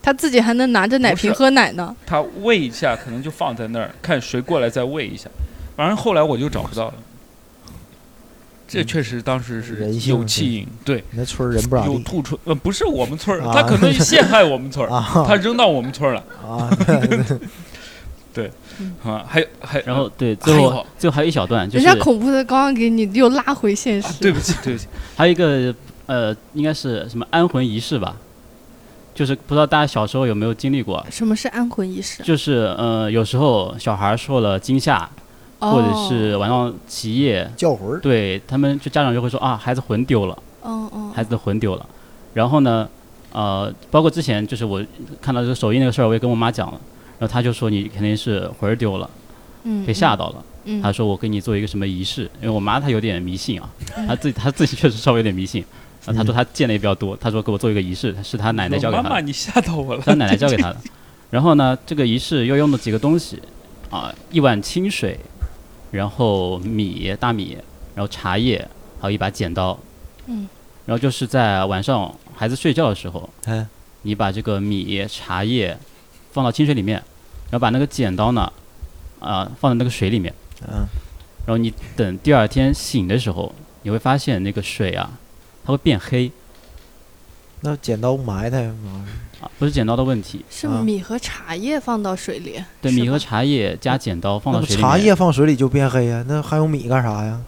Speaker 4: 他自己还能拿着奶瓶
Speaker 2: 不是
Speaker 4: 喝奶呢。
Speaker 2: 他喂一下可能就放在那儿，看谁过来再喂一下。反正后来我就找不到了。这确实当时是
Speaker 3: 嗯人性
Speaker 2: 有气应，对，
Speaker 3: 那村儿人不咋
Speaker 2: 有
Speaker 3: 地
Speaker 2: 吐出，呃，不是我们村儿，
Speaker 3: 啊
Speaker 2: 他可能陷害我们村儿，他
Speaker 3: 啊
Speaker 2: 扔到我们村儿了
Speaker 3: 啊！对对对
Speaker 2: 啊，还有还有
Speaker 6: 然后对，最
Speaker 2: 还
Speaker 6: 后
Speaker 2: 有
Speaker 6: 最后还有一小段，就
Speaker 4: 人
Speaker 6: 是
Speaker 4: 家恐怖的刚刚给你又拉回现
Speaker 2: 啊
Speaker 4: 实，
Speaker 2: 对不起对不起，
Speaker 6: 还有一个呃，应该是什么安魂仪式吧，就是不知道大家小时候有没有经历过，
Speaker 4: 什么是安魂仪式？
Speaker 6: 就是呃，有时候小孩受了惊吓，
Speaker 4: 哦
Speaker 6: 或者是晚上起夜，
Speaker 3: 叫魂 儿，
Speaker 6: 对他们就家长就会说啊，孩子魂丢了，
Speaker 4: 哦，嗯嗯，
Speaker 6: 孩子的魂丢了。然后呢，呃，包括之前就是我看到这个手艺那个事儿，我也跟我妈讲了，然后她就说你肯定是魂儿丢了，
Speaker 4: 嗯，
Speaker 6: 被吓到了。
Speaker 4: 嗯，
Speaker 6: 她
Speaker 4: 嗯，
Speaker 6: 说我给你做一个什么仪式，因为我妈她有点迷信啊，她自己她自己确实稍微有点迷信。啊，她说她见的也比较多，她说给我做一个仪式，是她奶奶哎教给
Speaker 2: 妈
Speaker 6: 她
Speaker 2: 妈
Speaker 6: 的，
Speaker 2: 你吓到我了，
Speaker 6: 她奶奶教给她的。然后呢，这个仪式又用了几个东西，啊，一碗清水，然后米大米，然后茶叶，还有一把剪刀。
Speaker 4: 嗯。
Speaker 6: 然后就是在晚上孩子睡觉的时候，
Speaker 3: 哎，
Speaker 6: 你把这个米茶叶放到清水里面，然后把那个剪刀呢，啊、放在那个水里面。
Speaker 3: 嗯，
Speaker 6: 然后你等第二天醒的时候，你会发现那个水啊，它会变黑
Speaker 3: 那剪刀埋汰嘛，
Speaker 6: 啊，不是剪刀的问题，
Speaker 4: 是
Speaker 3: 啊
Speaker 4: 米和茶叶放到水里，
Speaker 6: 对，
Speaker 4: 是
Speaker 6: 米和
Speaker 4: 吧
Speaker 6: 茶叶加剪刀放
Speaker 3: 那
Speaker 6: 到
Speaker 3: 不
Speaker 6: 水里
Speaker 3: 茶
Speaker 6: 面。
Speaker 3: 叶放水里就变黑呀？那还用米干啥呀？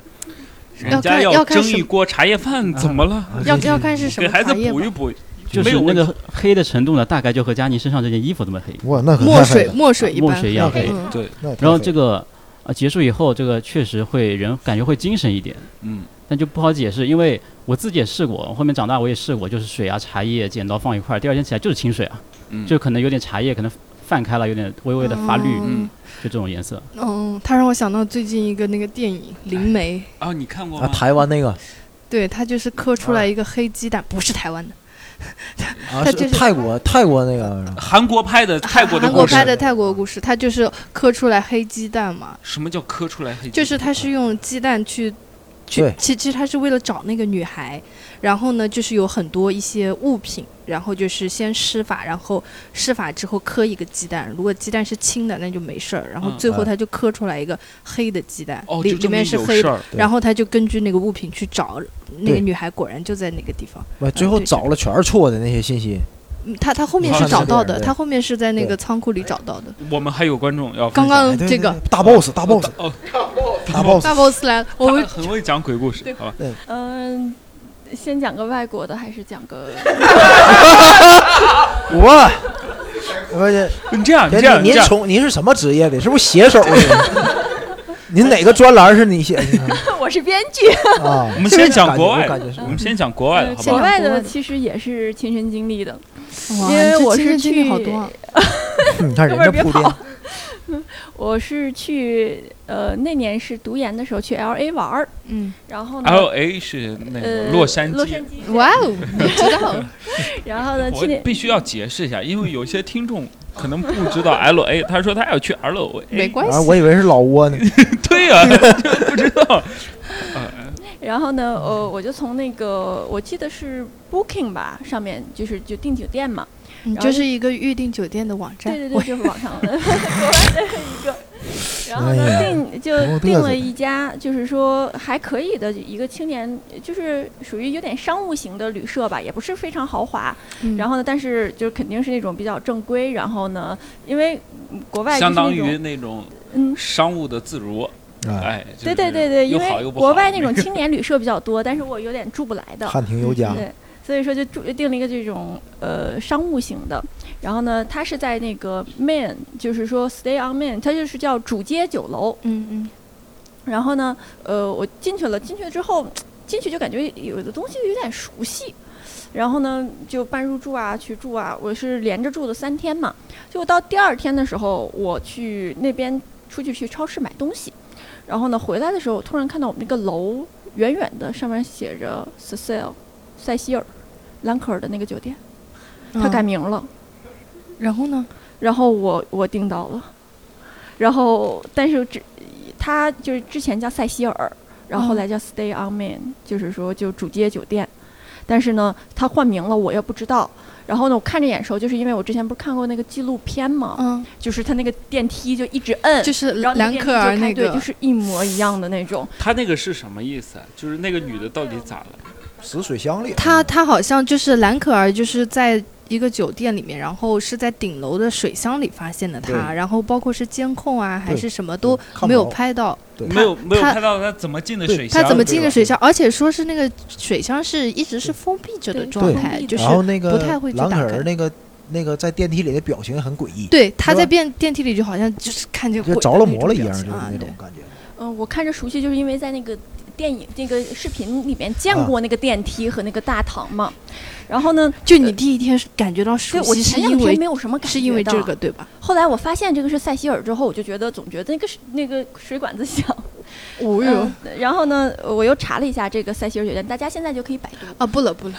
Speaker 2: 人
Speaker 4: 要
Speaker 2: 家
Speaker 4: 看要看
Speaker 2: 蒸
Speaker 4: 什
Speaker 2: 一
Speaker 4: 么
Speaker 2: 锅茶叶饭，怎么了？
Speaker 3: 啊
Speaker 4: 要
Speaker 3: 这
Speaker 4: 要看是什
Speaker 2: 给
Speaker 4: 么
Speaker 2: 孩子
Speaker 4: 茶叶
Speaker 2: 补
Speaker 4: 吧
Speaker 2: 一。补，
Speaker 6: 就
Speaker 2: 没
Speaker 6: 是
Speaker 2: 有
Speaker 6: 那
Speaker 2: 问题
Speaker 6: 个。黑的程度呢，大概就和佳妮身上这件衣服这么黑。
Speaker 3: 哇，那可
Speaker 4: 墨
Speaker 3: 太
Speaker 4: 水
Speaker 3: 黑了，
Speaker 4: 墨水一般
Speaker 6: 墨水一样
Speaker 4: 黑
Speaker 6: 黑
Speaker 4: 嗯
Speaker 2: 对，
Speaker 3: 那太
Speaker 6: 然后
Speaker 3: 黑
Speaker 6: 这
Speaker 3: 了
Speaker 6: 个呃结束以后，这个确实会人感觉会精神一点，
Speaker 2: 嗯，
Speaker 6: 但就不好解释，因为我自己也试过，我后面长大我也试过，就是水啊、茶叶、剪刀放一块儿，第二天起来就是清水啊，
Speaker 2: 嗯
Speaker 6: 就可能有点茶叶可能泛开了，有点微微的发绿，
Speaker 4: 嗯
Speaker 6: 就这种颜色。
Speaker 4: 嗯，他让我想到最近一个那个电影《灵媒》，
Speaker 2: 啊，你看过
Speaker 3: 啊，
Speaker 2: 吗？
Speaker 3: 台湾 那个
Speaker 4: 对，他就是磕出
Speaker 2: 啊
Speaker 4: 来一个黑鸡蛋，不是台湾的，
Speaker 3: 啊，
Speaker 4: 它
Speaker 3: 是
Speaker 4: 就是
Speaker 3: 泰国泰国那个是吧
Speaker 2: 韩国拍的泰国的
Speaker 4: 啊韩国
Speaker 2: 故事，
Speaker 4: 拍的泰国故事，他就是磕出来黑鸡蛋嘛，
Speaker 2: 什么叫磕出来黑？
Speaker 4: 就是他是用鸡蛋去。去
Speaker 3: 对，
Speaker 4: 其其实他是为了找那个女孩，然后呢，就是有很多一些物品，然后就是先施法，然后施法之后磕一个鸡蛋，如果鸡蛋是青的，那就没事儿，然后
Speaker 2: 嗯
Speaker 4: 最后
Speaker 3: 嗯
Speaker 4: 他就磕出来一个黑的鸡蛋，
Speaker 2: 哦，
Speaker 4: 里
Speaker 2: 就
Speaker 4: 里
Speaker 2: 这么
Speaker 4: 面是
Speaker 2: 有
Speaker 4: 黑
Speaker 2: 事
Speaker 4: 的，
Speaker 2: 儿，
Speaker 3: 对
Speaker 4: 然后他就根据那个物品去找，那个
Speaker 3: 对
Speaker 4: 女孩果然就在那个地方。
Speaker 3: 哇最后
Speaker 4: 对
Speaker 3: 找了全是错的那些信息，
Speaker 4: 嗯，他他后面
Speaker 2: 好
Speaker 4: 是
Speaker 2: 像
Speaker 4: 找
Speaker 2: 是
Speaker 3: 这
Speaker 4: 到
Speaker 3: 样
Speaker 4: 的，
Speaker 3: 对
Speaker 4: 他后面是在那
Speaker 3: 对
Speaker 4: 个仓库里找到的。
Speaker 2: 我们还有观众要
Speaker 4: 刚
Speaker 2: 分享
Speaker 4: 刚
Speaker 3: 哎对
Speaker 4: 嗯
Speaker 3: 对
Speaker 4: 这个
Speaker 3: 对大 boss 大 boss
Speaker 2: 哦，
Speaker 3: 大 boss
Speaker 4: 大 boss 来了，我
Speaker 2: 他
Speaker 4: 们
Speaker 2: 很会讲鬼故事，好吧？
Speaker 5: 嗯、先讲个外国的还是讲个？
Speaker 3: 我，不是，
Speaker 2: 你这样，你
Speaker 3: 别
Speaker 2: 这样，你
Speaker 3: 您
Speaker 2: 这样，
Speaker 3: 从您是什么职业的？是不是写手的？ 您哪个专栏是你写的
Speaker 5: 我是编剧。
Speaker 3: 啊
Speaker 2: 我？们先讲国外
Speaker 3: 我感觉是
Speaker 2: 的，我们先讲国外的，好
Speaker 4: 嗯先
Speaker 2: 不
Speaker 5: 嗯国
Speaker 2: 好
Speaker 5: 外
Speaker 4: 讲？国外
Speaker 5: 的
Speaker 4: 的
Speaker 5: 其实也是亲身经历的，
Speaker 4: 哇
Speaker 5: 因为
Speaker 4: 这
Speaker 5: 我
Speaker 4: 亲身
Speaker 5: 是
Speaker 4: 经历好
Speaker 5: 去
Speaker 4: 多啊，
Speaker 3: 你看人家铺
Speaker 5: 哥们儿别
Speaker 3: 垫
Speaker 5: 跑，我是去呃那年是读研的时候去 L A 玩儿，
Speaker 4: 嗯，
Speaker 5: 然后呢，
Speaker 2: L A 哎是那个
Speaker 5: 呃，
Speaker 2: 洛杉
Speaker 5: 洛
Speaker 2: 矶
Speaker 5: 杉。矶，
Speaker 4: 哇哦，你知
Speaker 3: 哎
Speaker 4: 道，
Speaker 5: 然后呢，去
Speaker 2: 我
Speaker 5: 年
Speaker 2: 必须要解释一下，因为有些听众可能不知道 L A，他说他要去 L
Speaker 4: 没
Speaker 2: A，
Speaker 4: 关
Speaker 3: 啊，
Speaker 4: 系，
Speaker 3: 我以为是老挝呢。
Speaker 2: 对啊 呀、就不知道。
Speaker 5: 然后呢，呃，我就从那个我记得是 Booking 吧上面，就是就订酒店嘛，
Speaker 4: 你
Speaker 5: 然后
Speaker 4: 嗯就是一个预定酒店的网站，
Speaker 5: 对对
Speaker 4: 啊我
Speaker 5: 对，就是网上的 国外的一个。然后呢，
Speaker 3: 哎呀
Speaker 5: 订
Speaker 3: 我
Speaker 5: 就
Speaker 3: 嘚瑟
Speaker 5: 订了一家，就是说还可以的一个青年，就是属于有点商务型的旅社吧，也不是非常豪华。
Speaker 4: 嗯
Speaker 5: 然后呢，但是就是肯定是那种比较正规。然后呢，因为嗯国外就是
Speaker 2: 相当
Speaker 5: 那
Speaker 2: 于
Speaker 5: 种，
Speaker 2: 那种
Speaker 5: 嗯，
Speaker 2: 商务的自如，
Speaker 3: 啊，
Speaker 2: 哎，就
Speaker 5: 对对
Speaker 2: 是
Speaker 5: 对对，因
Speaker 2: 又好
Speaker 5: 为
Speaker 2: 又不
Speaker 5: 国
Speaker 2: 好
Speaker 5: 外那 种青年旅社比较多，但是我有点住不来的。
Speaker 3: 汉庭有
Speaker 4: 嗯
Speaker 3: 家，
Speaker 5: 对，所以说就住定了一个这种呃商务型的。然后呢，它是在那个 Main，就是说 Stay on Main，它就是叫主街酒楼。
Speaker 4: 嗯嗯，
Speaker 5: 然后呢，呃，我进去了，进去之后进去就感觉有的东西有点熟悉。然后呢，就办入住啊，去住啊，我是连着住的三天嘛。就到第二天的时候，我去那边出去去超市买东西，然后呢回来的时候，我突然看到我们那个楼远远的上面写着 Cecil，塞西尔，兰可儿的那个酒店，它
Speaker 4: 嗯
Speaker 5: 改名了。
Speaker 4: 然后呢，
Speaker 5: 然后我我订到了，然后但是之他
Speaker 4: 嗯
Speaker 5: 就是之前叫塞西尔，然后后来叫 Stay on Main，、就是说就主街酒店。但是呢，他换名了，我也不知道。然后呢，我看着眼熟，就是因为我之前不是看过那个纪录片嘛，
Speaker 4: 嗯，
Speaker 5: 就是他那个电梯就一直摁，
Speaker 4: 就是
Speaker 5: 然后
Speaker 4: 蓝
Speaker 5: 电梯
Speaker 4: 可儿
Speaker 5: 就开
Speaker 4: 那
Speaker 5: 对，
Speaker 4: 个，
Speaker 5: 就是一模一样的那种。
Speaker 2: 他那个是什么意思啊？就是那个女的到底咋了？
Speaker 3: 死水箱里。
Speaker 4: 他他好像就是蓝可儿，就是在一个酒店里面，然后是在顶楼的水箱里发现的他，
Speaker 3: 对
Speaker 4: 然后包括是监控啊还
Speaker 3: 对嗯
Speaker 4: 是什么都
Speaker 3: 看不
Speaker 4: 没有
Speaker 3: 着
Speaker 4: 拍到，
Speaker 3: 对
Speaker 2: 没有没有
Speaker 4: 他
Speaker 2: 看到他怎么进的
Speaker 3: 对
Speaker 2: 水箱？
Speaker 4: 他怎么
Speaker 3: 对
Speaker 4: 进的
Speaker 3: 吧
Speaker 4: 水箱，而且说是那个水箱是一直是封闭着的
Speaker 5: 对
Speaker 4: 状
Speaker 3: 对
Speaker 4: 态，
Speaker 5: 封闭
Speaker 4: 就是
Speaker 3: 然后那个
Speaker 4: 不太会去
Speaker 3: 蓝可
Speaker 4: 打
Speaker 3: 儿
Speaker 4: 开
Speaker 3: 那个那个在电梯里的表情很诡异，
Speaker 4: 对他
Speaker 3: 是吧
Speaker 4: 在电电梯里就好像就是看见鬼
Speaker 3: 就
Speaker 4: 的
Speaker 3: 着了
Speaker 4: 那
Speaker 3: 魔
Speaker 4: 种
Speaker 3: 了一
Speaker 4: 表
Speaker 3: 样，就
Speaker 4: 情
Speaker 3: 是
Speaker 4: 啊
Speaker 3: 那
Speaker 4: 对
Speaker 3: 种感觉。
Speaker 5: 嗯，我看着熟悉，就是因为在那个电影、那个视频里面见
Speaker 3: 啊
Speaker 5: 过那个电梯和那个大堂嘛。然后呢，
Speaker 4: 就你第一天是感觉到
Speaker 5: 对
Speaker 4: 熟
Speaker 5: 我
Speaker 4: 悉是
Speaker 5: 前两
Speaker 4: 因
Speaker 5: 天
Speaker 4: 为
Speaker 5: 没有什么感觉
Speaker 4: 是因为
Speaker 5: 的
Speaker 4: 这个对吧？
Speaker 5: 后来我发现这个是塞西尔之后，我就觉得总觉得那个是那个水管子响。
Speaker 4: 哦
Speaker 5: 嗯，然后呢，我又查了一下这个塞西尔酒店，大家现在就可以百度。
Speaker 4: 啊不了不了，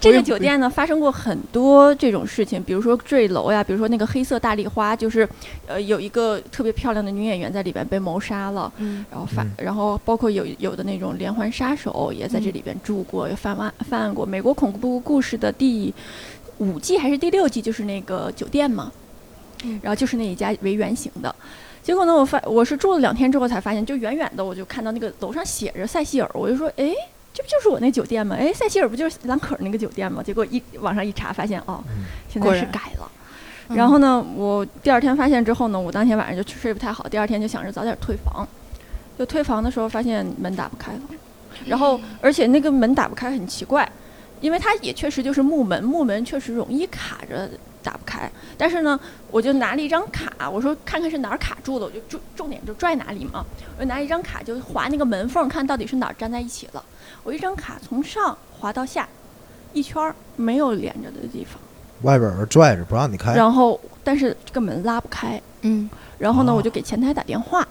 Speaker 5: 这个
Speaker 4: 用不
Speaker 5: 酒店呢，发生过很多这种事情，比如说坠楼呀，比如说那个黑色大丽花，就是呃有一个特别漂亮的女演员在里边被谋杀了。
Speaker 4: 嗯
Speaker 5: 然后犯，
Speaker 3: 嗯
Speaker 5: 然后包括有有的那种连环杀手也在这
Speaker 4: 嗯
Speaker 5: 里边住过，也犯案犯案过。美国恐怖故事的第五季还是第六季，就是那个酒店嘛，
Speaker 4: 嗯
Speaker 5: 然后就是那一家为原型的。结果呢，我发我是住了两天之后才发现，就远远的我就看到那个楼上写着塞西尔，我就说，哎，这不就是我那酒店吗？哎，塞西尔不就是兰可儿那个酒店吗？结果一网上一查，发现哦，
Speaker 3: 嗯
Speaker 5: 现
Speaker 4: 果
Speaker 5: 在是
Speaker 4: 然
Speaker 5: 改了。
Speaker 4: 嗯
Speaker 5: 然后呢，我第二天发现之后呢，我当天晚上就睡不太好，第二天就想着早点退房。就退房的时候发现门打不开了，然后而且那个门打不开很奇怪，因为它也确实就是木门，木门确实容易卡着打不开。但是呢，我就拿了一张卡，我说看看是哪儿卡住了，我就重重点就拽哪里嘛。我就拿一张卡就划那个门缝，看到底是哪儿粘在一起了。我一张卡从上划到下，一圈儿没有连着的地方。
Speaker 3: 外边有人拽着不让你
Speaker 2: 哎
Speaker 3: 开，
Speaker 5: 然后但是这个门拉不开，
Speaker 4: 嗯
Speaker 5: 然后呢，
Speaker 3: 哦
Speaker 5: 我就给前台打电话，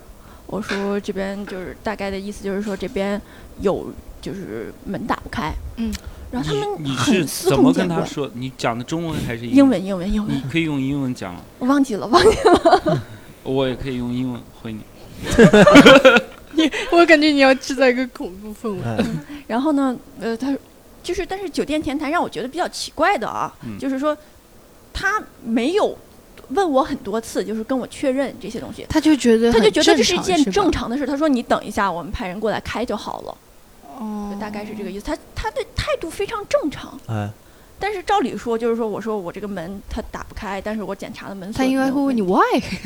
Speaker 5: 我说这边就是大概的意思就是说这边有就是门打不开，
Speaker 4: 嗯，
Speaker 5: 然后他们
Speaker 2: 你你是
Speaker 5: 很司
Speaker 2: 怎么
Speaker 5: 空
Speaker 2: 跟
Speaker 5: 见
Speaker 2: 他
Speaker 5: 惯。
Speaker 2: 说？你讲的中文还是
Speaker 5: 英
Speaker 2: 文？
Speaker 5: 文，英文，英文
Speaker 2: 你，可以用英文讲吗，
Speaker 5: 我忘记了，忘记了。
Speaker 2: 我也可以用英文回你。
Speaker 4: 我感觉你要制造一个恐怖氛围。
Speaker 3: 嗯
Speaker 5: 然后呢，呃，他就是，但是酒店前台让我觉得比较奇怪的啊，
Speaker 2: 嗯
Speaker 5: 就是说他没有问我很多次，就是跟我确认这些东西，
Speaker 4: 他就觉得
Speaker 5: 他就
Speaker 4: 很
Speaker 5: 觉得这是一
Speaker 4: 正常
Speaker 5: 件
Speaker 4: 吧
Speaker 5: 正常的事。他说你等一下，我们派人过来开就好了。
Speaker 4: 哦
Speaker 5: 就大概是这个意思。他他的态度非常正常，
Speaker 3: 哎，
Speaker 5: 但是照理说就是说，我说我这个门它打不开，但是我检查了门锁，
Speaker 4: 他应该会问你，why，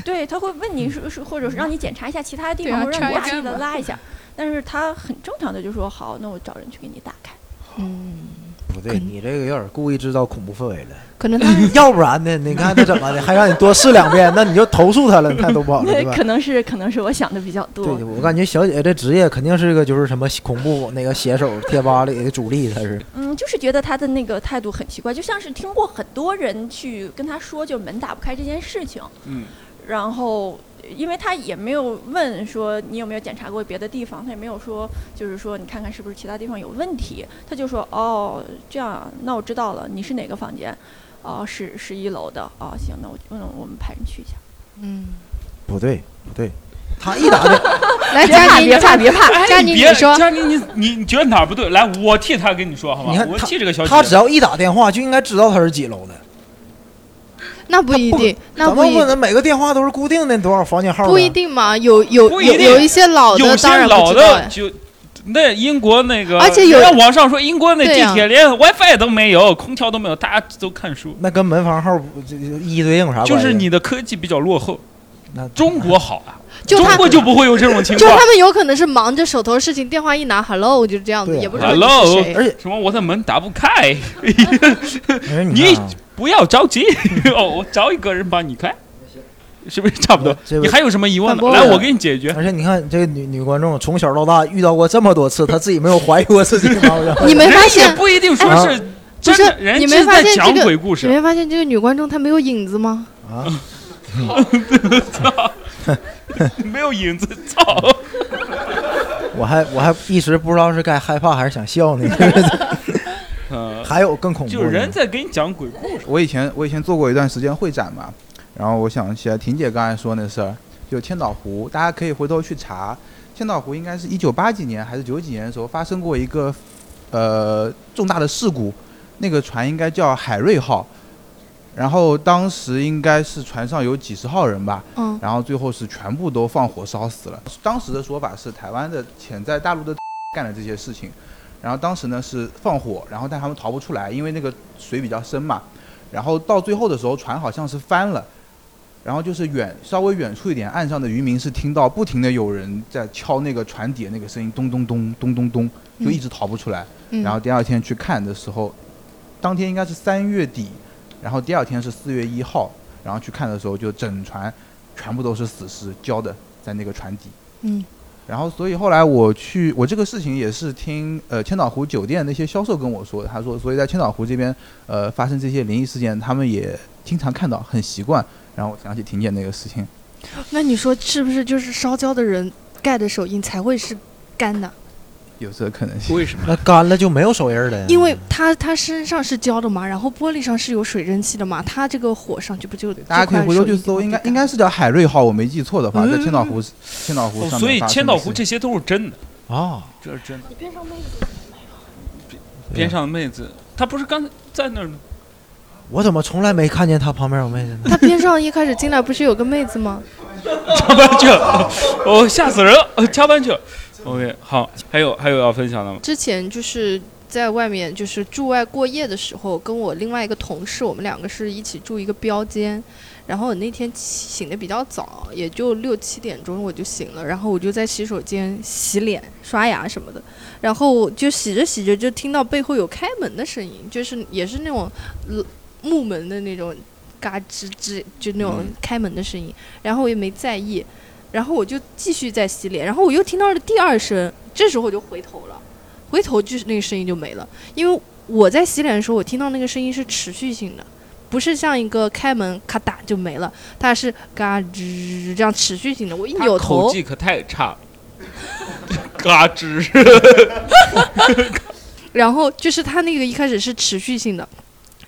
Speaker 5: 对，他会问你是是，或者是让你检查一下其他的地
Speaker 4: 对
Speaker 5: 方，
Speaker 4: 啊
Speaker 5: 或者让你
Speaker 4: ，try
Speaker 5: 压力的
Speaker 4: again 吧
Speaker 5: 拉一 下。但是他很正常的就说好，那我找人去给你打开。
Speaker 4: 嗯，
Speaker 3: 不对，你这个有点故意制造恐怖氛围了。
Speaker 4: 可能他
Speaker 3: 要不然呢？你看他怎么的，还让你多试两 遍，那你就投诉他了，那多不好了，对吧
Speaker 5: 那？ 可能是可能是我想的比较多
Speaker 3: 对，，我感觉小姐这职业肯定是个就是什么恐怖那个写手贴吧里的主力，她是
Speaker 5: 嗯，就是觉得他的那个态度很奇怪，就像是听过很多人去跟他说，就是门打不开这件事情，
Speaker 2: 嗯，
Speaker 5: 然后因为他也没有问说你有没有检查过别的地方，他也没有说就是说你看看是不是其他地方有问题，他就说哦这样啊，那我知道了，你是哪个房间？哦，是十一楼的。哦，行，那我就嗯，我们派人去一下。
Speaker 4: 嗯，
Speaker 3: 不对不对，他一打就
Speaker 4: 来佳宁，佳宁
Speaker 5: 别怕，
Speaker 4: 佳宁，
Speaker 2: 哎别，
Speaker 4: 你说
Speaker 2: 佳妮，你你你觉得哪儿不对？来，我替他跟你说好吗
Speaker 3: 你？看
Speaker 2: 我
Speaker 3: 他
Speaker 2: 替这个小姐。
Speaker 3: 他只要一打电话就应该知道他是几楼的。
Speaker 4: 那不一定，那
Speaker 3: 咱
Speaker 4: 不
Speaker 3: 们
Speaker 4: 一
Speaker 3: 问的每个电话都是固定的多少房间号？啊
Speaker 4: 不一。定嘛，有有
Speaker 2: 啊不一
Speaker 4: 有
Speaker 2: 定
Speaker 4: 有一些老
Speaker 2: 有
Speaker 4: 的
Speaker 2: 些
Speaker 4: 当然
Speaker 2: 老
Speaker 4: 不知道
Speaker 2: 的
Speaker 4: 哎，
Speaker 2: 就那英国那个，
Speaker 4: 而且有
Speaker 2: 人家网上说英国那
Speaker 4: 对
Speaker 2: 地
Speaker 4: 呀
Speaker 2: 铁连 WiFi 都没有，空调都没有，大家都看书。
Speaker 3: 那跟门房号不这这一一对应有啥关系？啊
Speaker 2: 就是你的科技比较落后，
Speaker 3: 那
Speaker 2: 中国好啊，
Speaker 4: 就
Speaker 2: 中
Speaker 4: 他
Speaker 2: 国就不会有这种情
Speaker 4: 就
Speaker 2: 况
Speaker 4: 他。们有可能是忙着手头事情，电话一拿，hello 就这样子，
Speaker 3: 对啊
Speaker 4: 也不知道你是谁。
Speaker 3: 而且
Speaker 2: 什么？我的门打不开，
Speaker 3: 而且
Speaker 2: 哎
Speaker 3: 你
Speaker 2: 你
Speaker 3: 看啊
Speaker 2: 不要着急， 哦，我找一个人帮你开，是不是差不多？
Speaker 3: 这
Speaker 2: 你
Speaker 3: 位
Speaker 2: 还有什么疑问
Speaker 4: 反
Speaker 2: 吗？
Speaker 4: 驳
Speaker 2: 来，
Speaker 3: 我
Speaker 2: 我给你解决。
Speaker 3: 而且你看这个女女观众从小到大遇到过这么多次，她自己没有怀疑过自己吗？我想
Speaker 4: 你没
Speaker 2: 人
Speaker 4: 发
Speaker 2: 也
Speaker 4: 现？啊
Speaker 2: 不一定说
Speaker 3: 哎
Speaker 2: 是
Speaker 4: 不
Speaker 2: 真
Speaker 4: 是
Speaker 2: 的，人
Speaker 4: 你
Speaker 2: 家
Speaker 4: 没
Speaker 2: 是
Speaker 4: 发
Speaker 2: 在
Speaker 4: 现
Speaker 2: 讲
Speaker 4: 这个
Speaker 2: 鬼故
Speaker 4: 你
Speaker 2: 事。
Speaker 4: 没发现这个女观众她没有影子吗？
Speaker 3: 啊，
Speaker 2: 没有影子， 操！
Speaker 3: 我还我还一时不知道是该害怕还是想笑呢。
Speaker 2: 呃，
Speaker 3: 还有更恐怖
Speaker 2: 就
Speaker 3: 的，
Speaker 2: 人在给你讲鬼故事。
Speaker 1: 我以前我以前做过一段时间会展嘛，然后我想起来婷姐刚才说那事儿，就千岛湖，大家可以回头去查，千岛湖应该是一九八几年还是九几年的时候发生过一个呃重大的事故，那个船应该叫海瑞号，然后当时应该是船上有几十号人吧，
Speaker 4: 嗯
Speaker 1: 然后最后是全部都放火烧死了。当时的说法是台湾的潜在大陆的 干了这些事情，然后当时呢是放火，然后但他们逃不出来，因为那个水比较深嘛。然后到最后的时候，船好像是翻了，然后就是远稍微远处一点，岸上的渔民是听到不停的有人在敲那个船底的那个声音，咚咚咚咚咚咚，就一直逃不出来。
Speaker 4: 嗯，
Speaker 1: 然后第二天去看的时候，当天应该是三月底，然后第二天是四月一号，然后去看的时候就整船全部都是死尸浇的在那个船底。
Speaker 4: 嗯
Speaker 1: 然后所以后来我去，我这个事情也是听呃千岛湖酒店那些销售跟我说的，他说所以在千岛湖这边呃发生这些灵异事件，他们也经常看到，很习惯。然后我想起婷姐那个事情，
Speaker 4: 那你说是不是就是烧焦的人盖的手印才会是干的？
Speaker 1: 有这个可能性。
Speaker 2: 为什么？
Speaker 3: 那干了就没有手印儿
Speaker 1: 嗯
Speaker 3: 了呀。
Speaker 4: 因为他他身上是焦的嘛，然后玻璃上是有水蒸气的嘛，他这个火上去不就
Speaker 1: 大家可以回头去搜，应该应该是叫海瑞号，我没记错的话，在千
Speaker 5: 嗯
Speaker 1: 岛湖千岛湖上面发生的事情、
Speaker 2: 哦所以千岛湖这些都是真的，
Speaker 3: 啊，
Speaker 2: 这是真的。
Speaker 5: 你边上妹子
Speaker 2: 边上的妹子，她不是刚才在那儿吗？
Speaker 3: 我怎么从来没看见他旁边有妹子呢？
Speaker 4: 他边上一开始进来不是有个妹子吗？
Speaker 2: 加班去了，哦，吓死人了，哦加班去了。OK，好，还有还有要分享的吗？
Speaker 4: 之前就是在外面就是住外过夜的时候，跟我另外一个同事，我们两个是一起住一个标间。然后我那天起醒的比较早，也就六七点钟我就醒了，然后我就在洗手间洗脸、刷牙什么的，然后就洗着洗着就听到背后有开门的声音，就是也是那种呃木门的那种嘎吱吱，就那种
Speaker 2: 嗯
Speaker 4: 开门的声音，然后我也没在意，然后我就继续在洗脸，然后我又听到了第二声，这时候我就回头了，回头就是那个声音就没了，因为我在洗脸的时候，我听到那个声音是持续性的，不是像一个开门咔嗒就没了，它是嘎吱这样持续性的。我一扭
Speaker 2: 口
Speaker 4: 头，
Speaker 2: 技可太差了，嘎吱。
Speaker 4: 然后就是它那个一开始是持续性的，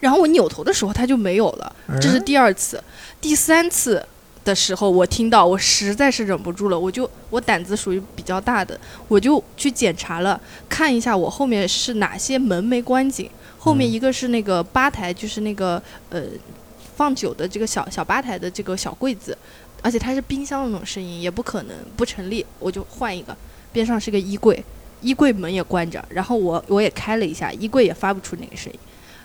Speaker 4: 然后我扭头的时候它就没有了，
Speaker 3: 嗯
Speaker 4: 这是第二次，第三次。的时候，我听到，我实在是忍不住了，我就我胆子属于比较大的，我就去检查了，看一下我后面是哪些门没关紧。后
Speaker 3: 嗯
Speaker 4: 面一个是那个吧台，就是那个呃放酒的这个小小吧台的这个小柜子，而且它是冰箱的那种声音，也不可能不成立，我就换一个。边上是个衣柜，衣柜门也关着，然后我我也开了一下，衣柜也发不出那个声音，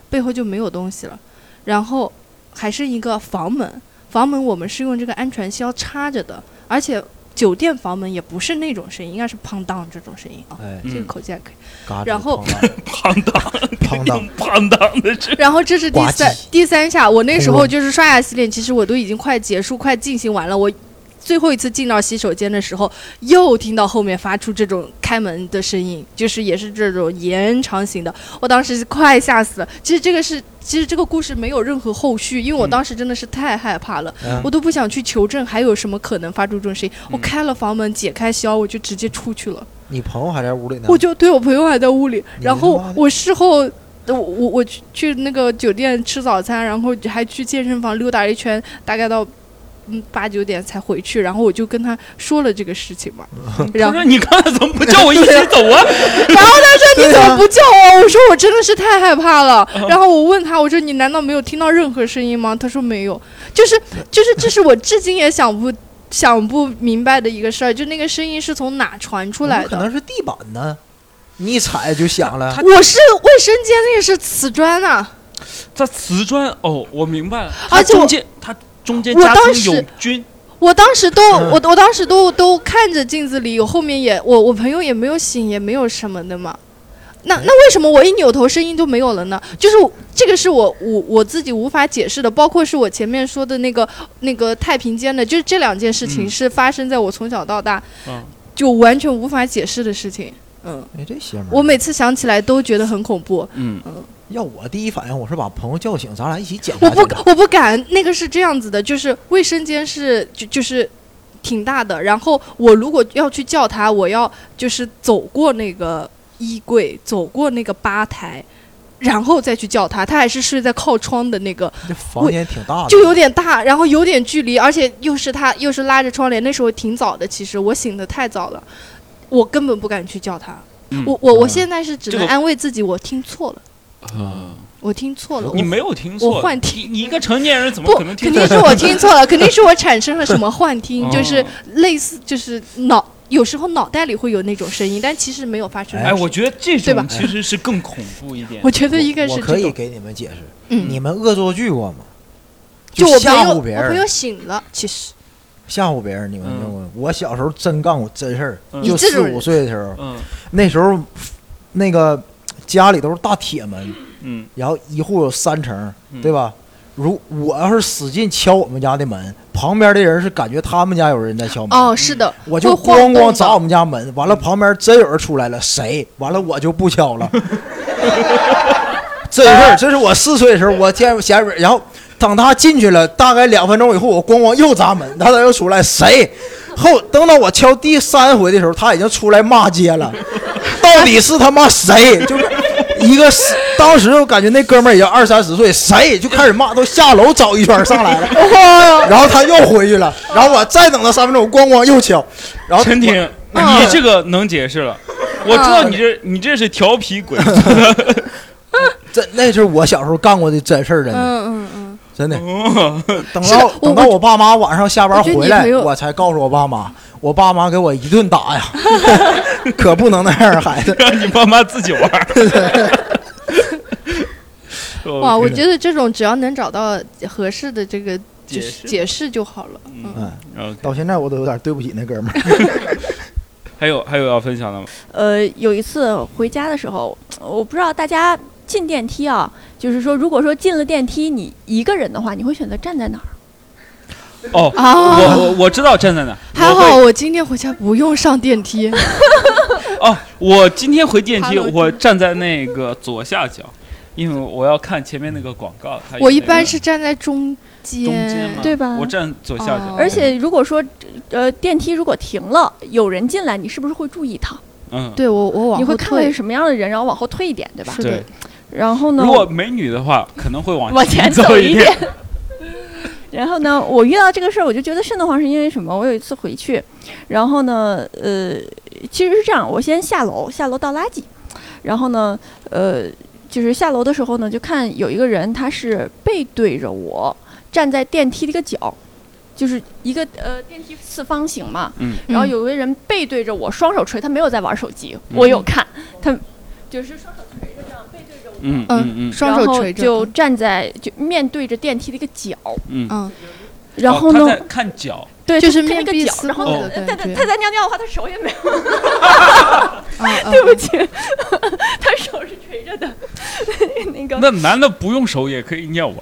Speaker 4: 背后就没有东西了。然后还是一个房门，房门我们是用这个安全销插着的，而且酒店房门也不是那种声音，应该是砰当这种声音啊，
Speaker 3: 哎，
Speaker 4: 这 个口气还可以。
Speaker 3: 嘎吱
Speaker 4: 然后
Speaker 2: 胖当，
Speaker 3: 砰当
Speaker 2: 用 胖当的这
Speaker 4: 然后这是第
Speaker 3: 呱
Speaker 4: 三
Speaker 3: 唧
Speaker 4: 第三下，我那个时
Speaker 3: 轰
Speaker 4: 候
Speaker 3: 隆
Speaker 4: 就是刷牙洗脸，其实我都已经快结束、快进行完了。我最后一次进到洗手间的时候，又听到后面发出这种开门的声音，就是也是这种延长型的。我当时是快吓死了。其实这个是，其实这个故事没有任何后续，因为我
Speaker 2: 嗯
Speaker 4: 当时真的是太害怕了，
Speaker 3: 嗯
Speaker 4: 我都不想去求证还有什么可能发出这种声音。我
Speaker 2: 嗯
Speaker 4: 开了房门，解开销，我就直接出去了。
Speaker 3: 你朋友还在屋里呢，
Speaker 4: 我就对我朋友还在屋里，
Speaker 3: 嗯你
Speaker 4: 然后
Speaker 3: 他妈的
Speaker 4: 我事后，呃我我我去去那个酒店吃早餐，然后还去健身房溜达了一圈，大概到嗯八九点才回去，然后我就跟他说了这个 事情嘛，然
Speaker 2: 我
Speaker 4: 后
Speaker 2: 说你刚才怎么 不叫我一起走啊？
Speaker 4: 然后他说
Speaker 3: 对
Speaker 4: 你怎
Speaker 3: 啊嗯
Speaker 4: 么不叫我？我说我真的是太害怕 了。然后我问他，我说你难道没有听到任何声音吗？他说没有，就是就是这是我至今也想不。想不明白的一个事儿，就那个声音是从哪传出来
Speaker 3: 可
Speaker 4: 的？
Speaker 3: 能是地板呢，你一踩就响了。
Speaker 4: 我是卫生间那个是瓷砖啊呐、
Speaker 2: 它瓷砖哦，我明白了，
Speaker 4: 而且
Speaker 2: 它
Speaker 4: 我
Speaker 2: 中间它中间
Speaker 4: 我
Speaker 2: 加
Speaker 4: 当
Speaker 2: 层
Speaker 4: 时
Speaker 2: 有菌，
Speaker 4: 我当时都，
Speaker 2: 嗯
Speaker 4: 我我当时都都看着镜子里有后面也我我朋友也没有醒，也没有什么的嘛。那
Speaker 2: 嗯
Speaker 4: 那为什么我一扭头声音就没有了呢？就是这个是我我我自己无法解释的，包括是我前面说的那个那个太平间的，就是这两件事情
Speaker 2: 嗯
Speaker 4: 是发生在我从小到大、
Speaker 2: 嗯
Speaker 4: 就完全无法解释的事情。嗯，
Speaker 3: 哎，这邪门儿！
Speaker 4: 我每次想起来都觉得很恐怖。
Speaker 2: 嗯，
Speaker 3: 要我第一反应，我是把朋友叫醒，咱俩一起检查
Speaker 4: 我不
Speaker 3: 检查
Speaker 4: 我不敢，那个是这样子的，就是卫生间是就就是挺大的，然后我如果要去叫他，我要就是走过那个衣柜，走过那个吧台。然后再去叫他，他还是睡在靠窗的那个，
Speaker 3: 这房间挺
Speaker 2: 啊
Speaker 3: 大的，
Speaker 4: 就有点大，然后有点距离，而且又是他又是拉着窗帘，那时候挺早的，其实我醒得太早了，我根本不敢去叫他，
Speaker 2: 嗯
Speaker 4: 我我我
Speaker 1: 嗯
Speaker 4: 现在是只
Speaker 2: 这
Speaker 4: 能
Speaker 2: 个
Speaker 4: 安慰自己，我听错了，
Speaker 2: 啊，
Speaker 4: 我听错了，
Speaker 2: 你
Speaker 4: 我
Speaker 2: 没有听错，
Speaker 4: 我幻
Speaker 2: 你你一个成年人怎么
Speaker 4: 不
Speaker 2: 可能，听
Speaker 4: 肯定是我听错了，肯定是我产生了什么幻听，就是
Speaker 2: 哦
Speaker 4: 类似，就是脑有时候脑袋里会有那种声音，但其实没有发生。
Speaker 2: 哎，我觉得这
Speaker 4: 对吧
Speaker 2: 种其实是更恐怖一点
Speaker 4: 我。觉得一个
Speaker 3: 我
Speaker 4: 是
Speaker 3: 可
Speaker 4: 这
Speaker 3: 以
Speaker 4: 种，
Speaker 3: 给你们解释，你
Speaker 4: 嗯，
Speaker 3: 们恶作剧过吗？
Speaker 4: 我朋
Speaker 3: 吓
Speaker 4: 友，
Speaker 3: 唬
Speaker 4: 我
Speaker 3: 别
Speaker 4: 朋
Speaker 3: 人
Speaker 4: 友，醒了，其实
Speaker 3: 吓唬别人，你们见过吗？我小时候真干过真事儿，
Speaker 2: 嗯
Speaker 3: 就
Speaker 4: 你这
Speaker 3: 四
Speaker 4: 种
Speaker 3: 五
Speaker 4: 人
Speaker 3: 岁的时候，
Speaker 2: 嗯
Speaker 3: 那时候那个家里都是大铁门，
Speaker 2: 嗯
Speaker 3: 然后一户有三层，
Speaker 2: 嗯
Speaker 3: 对吧？如我要是使劲敲我们家的门，旁边的人是感觉他们家有人在敲门，
Speaker 4: 哦，是的，
Speaker 3: 嗯我就
Speaker 4: 会晃
Speaker 3: 咣咣
Speaker 4: 动
Speaker 3: 砸
Speaker 4: 的
Speaker 3: 我们家门，完了旁边真有人出来了，谁？完了我就不敲了。这事儿，这是我四岁的时候，我见贤蕊，然后等他进去了，大概两分钟以后，我咣咣又砸门，他又出来，谁？后等到我敲第三回的时候，他已经出来骂街了，到底是他妈谁？就是一个死，当时我感觉那哥们儿也就二三十岁，谁就开始骂，都下楼找一圈儿上来了。然后他又回去了，然后我再等他三分钟，我咣咣又敲，然后
Speaker 2: 陈婷，
Speaker 4: 啊
Speaker 2: 你这个能解释了。我知道你这，你这是调皮鬼， 真的
Speaker 3: 这那是我小时候干过的真事儿，真的
Speaker 4: 嗯嗯嗯，
Speaker 3: 真的。
Speaker 2: 哦
Speaker 3: 等
Speaker 4: 是啊
Speaker 3: 到
Speaker 4: 我
Speaker 3: 等到
Speaker 4: 我
Speaker 3: 我爸妈晚上下班
Speaker 4: 我觉得
Speaker 3: 回
Speaker 4: 你
Speaker 3: 来
Speaker 4: 朋，友
Speaker 3: 我才告诉我爸妈，我爸妈给我一顿打 呀，可不能那样，孩子。
Speaker 2: 让你爸妈自己玩儿。
Speaker 4: 哇，
Speaker 2: OK
Speaker 4: 我觉得这种只要能找到合适的这个就
Speaker 2: 解
Speaker 4: 是
Speaker 2: 释
Speaker 4: 解释就好了，
Speaker 2: 嗯
Speaker 3: 嗯，
Speaker 2: OK，
Speaker 3: 到现在我都有点对不起那哥们儿。
Speaker 2: 还有还有要分享的吗？
Speaker 5: 呃，有一次回家的时候，我不知道大家进电梯啊，就是说，如果说进了电梯，你一个人的话，你会选择站在哪儿？
Speaker 2: 哦，
Speaker 4: 啊
Speaker 2: 我我我知道站在哪儿，
Speaker 4: 还
Speaker 2: 我会
Speaker 4: 好我今天回家不用上电梯，
Speaker 2: 哦，我今天回电
Speaker 4: 爬
Speaker 2: 梯，
Speaker 4: 楼梯
Speaker 2: 我站在那个左下角，因为我要看前面那个广告。它有
Speaker 4: 我一
Speaker 2: 那个
Speaker 4: 般是站在中间，
Speaker 2: 中间嘛，
Speaker 5: 对吧
Speaker 2: 我站左下角
Speaker 4: 哦，
Speaker 5: 而且如果说，呃，电梯如果停了，有人进来，你是不是会注意他？
Speaker 2: 嗯，
Speaker 4: 对我我往
Speaker 5: 你
Speaker 4: 后
Speaker 5: 会看看
Speaker 4: 退
Speaker 5: 是，什么样的人，然后往后退一点，对吧？
Speaker 4: 是的
Speaker 2: 对，
Speaker 5: 然后呢？
Speaker 2: 如果美女的话，可能会往
Speaker 5: 往前
Speaker 2: 走
Speaker 5: 走一
Speaker 2: 点。
Speaker 5: 然后呢，我遇到这个事儿，我就觉得瘆得慌，是因为什么？我有一次回去，然后呢，呃，其实是这样，我先下楼，下楼倒垃圾，然后呢，呃，就是下楼的时候呢，就看有一个人，他是背对着我，站在电梯的一个角，就是一个呃电梯四方形嘛，
Speaker 2: 嗯
Speaker 5: 然后有个人背对着我，双手垂，他没有在玩手机，
Speaker 2: 嗯
Speaker 5: 我有看，他就是双手垂着这样背对着我。
Speaker 2: 嗯嗯
Speaker 4: 嗯，
Speaker 2: 嗯
Speaker 4: 双手垂着，
Speaker 5: 然后就站在就面对着电梯的一个角，
Speaker 2: 嗯，
Speaker 4: 嗯，
Speaker 5: 然后
Speaker 2: 哦
Speaker 5: 呢
Speaker 2: 他，在哦看脚，
Speaker 5: 对，
Speaker 4: 就是
Speaker 5: 看那
Speaker 4: 面
Speaker 5: 个
Speaker 4: 壁
Speaker 5: 角，
Speaker 4: 思
Speaker 5: 然
Speaker 4: 过
Speaker 5: 后
Speaker 2: 呢
Speaker 4: 的
Speaker 5: 他
Speaker 4: 感
Speaker 5: 他
Speaker 4: 觉
Speaker 5: 他，在尿尿的话，他手也 没有，
Speaker 4: 对啊
Speaker 5: 对不起，他手是垂着的， 那个
Speaker 2: 那男的不用手也可以 尿完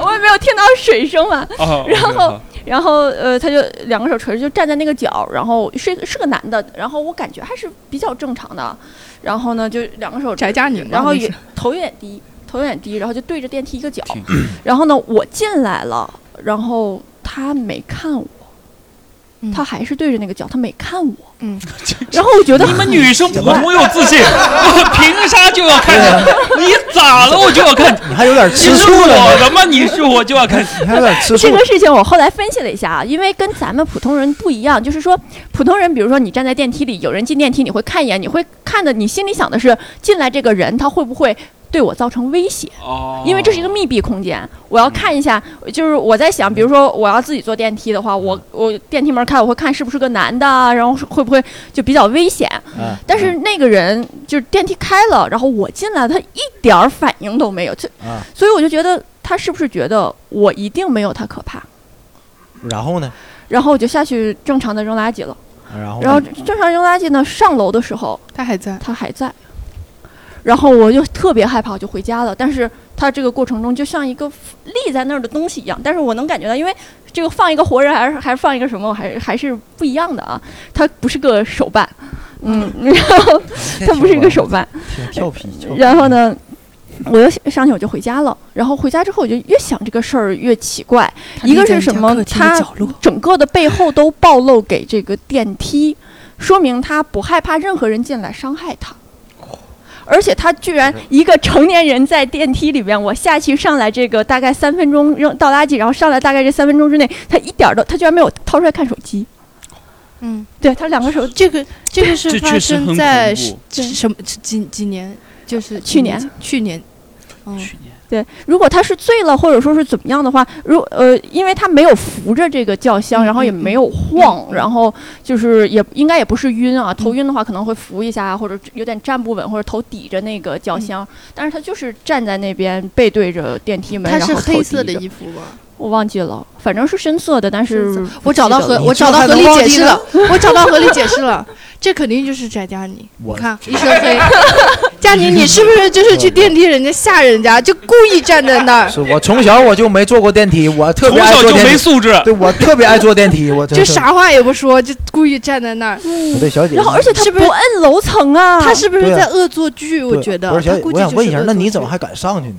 Speaker 5: 我也没有听到水声嘛。
Speaker 2: 哦。
Speaker 5: 然后
Speaker 2: OK，好
Speaker 5: 然后呃，他就两个手垂着，就站在那个角，然后是是个男的，然后我感觉还是比较正常的，然后呢就两个手
Speaker 4: 宅家女嘛，
Speaker 5: 然后
Speaker 4: 那
Speaker 5: 也
Speaker 4: 是
Speaker 5: 头有点低，头有点低，然后就对着电梯一个角
Speaker 2: 挺，
Speaker 5: 然后呢我进来了，然后他没看我，
Speaker 4: 嗯
Speaker 5: 他还是对着那个角，他没看 我，
Speaker 4: 嗯，
Speaker 5: 然后我觉得
Speaker 2: 你 们女生普通又自信，我凭啥就要看脚？你咋了？我就要看脚。
Speaker 3: 你还有点
Speaker 2: 你
Speaker 3: 吃
Speaker 2: 是
Speaker 3: 醋了
Speaker 2: 我
Speaker 3: 呢，
Speaker 2: 的吗？你是我就 要看脚。
Speaker 3: 你还有点吃醋
Speaker 5: 这。个事情我后来分析了一下啊，因为跟咱们普通人不一样，就是说普通人，比如说你站在电梯里，有人进电梯，你会看一眼，你会看的，你心里想的是进来这个人他会不会对我造成威胁。
Speaker 2: 哦，
Speaker 5: 因为这是一个密闭空间，我要看一下，就是我在想，比如说我要自己坐电梯的话，我我电梯门开，我会看是不是个男的啊，然后是会不会就比较危险。
Speaker 3: 嗯
Speaker 5: 但是那个人就是电梯开了，然后我进来，他一点儿反应都没有，就、
Speaker 3: 啊
Speaker 5: 所以我就觉得他是不是觉得我一定没有他可怕，
Speaker 3: 然后呢？
Speaker 5: 然后我就下去正常的扔垃圾了。
Speaker 3: 然后
Speaker 5: 然后正常扔垃圾呢，上楼的时候
Speaker 4: 他还在，
Speaker 5: 他还在。然后我就特别害怕，我就回家了。但是他这个过程中就像一个立在那儿的东西一样，但是我能感觉到，因为这个放一个活人还是还是放一个什么，还还是不一样的啊。它不是个手办，嗯， 然后它不是一个手办。
Speaker 3: 挺调皮，调皮
Speaker 5: 然后？呢，我又上去我就回家了。然后回家之后，我就越想这个事儿越奇怪，一个是什么他
Speaker 4: 角落，
Speaker 5: 整个的背后都暴露给这个电梯，说明他不害怕任何人进来伤害他。
Speaker 4: 哦
Speaker 5: 而且他居
Speaker 4: 嗯
Speaker 5: 然一个成年人在电梯里边，我下去上来这个大概三分钟扔倒垃圾，然后上来大概这三分钟之内，他一点儿都他居然没有掏出来看手机，
Speaker 4: 嗯，
Speaker 5: 对他两个手，
Speaker 4: 这个这个
Speaker 2: 这
Speaker 4: 是
Speaker 2: 确
Speaker 4: 发
Speaker 2: 实很
Speaker 4: 生在
Speaker 2: 恐
Speaker 4: 什
Speaker 2: 怖
Speaker 5: 对
Speaker 4: 什么几几年？就是
Speaker 5: 去年
Speaker 4: 去年，嗯，
Speaker 2: 去年
Speaker 5: 对，如果他是醉了或者说是怎么样的话，如呃，因为他没有扶着这个轿厢，
Speaker 4: 嗯
Speaker 5: 然后也
Speaker 4: 嗯嗯
Speaker 5: 没有晃，然后就是也应该也不是晕啊，头晕的话可能会扶一下，或者有点站不稳，或者头抵着那个
Speaker 4: 嗯
Speaker 5: 轿厢，但是他就是站在那边背对着电梯门，
Speaker 4: 它
Speaker 5: 然
Speaker 4: 是
Speaker 5: 后头
Speaker 4: 黑
Speaker 5: 抵
Speaker 4: 色的
Speaker 5: 着
Speaker 4: 衣服吗？
Speaker 5: 我忘记了，反正是深色的，但是
Speaker 4: 深
Speaker 5: 不
Speaker 4: 我找
Speaker 5: 记
Speaker 4: 到
Speaker 5: 得
Speaker 4: 合
Speaker 5: 了
Speaker 4: 我
Speaker 3: 这
Speaker 4: 找到
Speaker 3: 还
Speaker 4: 合
Speaker 3: 能
Speaker 4: 理
Speaker 3: 忘
Speaker 4: 解
Speaker 3: 记
Speaker 4: 释
Speaker 3: 呢
Speaker 4: 了，我找到合理解释了，这肯定就是翟佳妮。你
Speaker 3: 我
Speaker 4: 看一身黑，佳妮，你是不是就是去电梯人家吓人家，就故意站在那儿？
Speaker 3: 是我从小我就没坐过电梯，我特
Speaker 2: 从
Speaker 3: 别爱
Speaker 2: 小
Speaker 3: 坐
Speaker 2: 就
Speaker 3: 电
Speaker 2: 没
Speaker 3: 梯。
Speaker 2: 素质，
Speaker 3: 对，我特别爱坐电梯， 我真
Speaker 4: 就是啥话也不说，就故意站在那儿。
Speaker 3: 不对，小姐姐。
Speaker 5: 然后而且他
Speaker 4: 是不
Speaker 5: 不
Speaker 4: 是
Speaker 5: 摁楼层啊，
Speaker 4: 他是不是
Speaker 3: 对啊
Speaker 4: 在恶作剧？我
Speaker 3: 对
Speaker 4: 觉得
Speaker 3: 不是小
Speaker 4: 他
Speaker 3: 姐，
Speaker 4: 估
Speaker 3: 我
Speaker 4: 计
Speaker 3: 想
Speaker 4: 就
Speaker 3: 问一
Speaker 4: 是
Speaker 3: 下，
Speaker 4: 恶
Speaker 3: 那
Speaker 4: 作
Speaker 3: 你
Speaker 4: 剧
Speaker 3: 怎么还敢上去呢？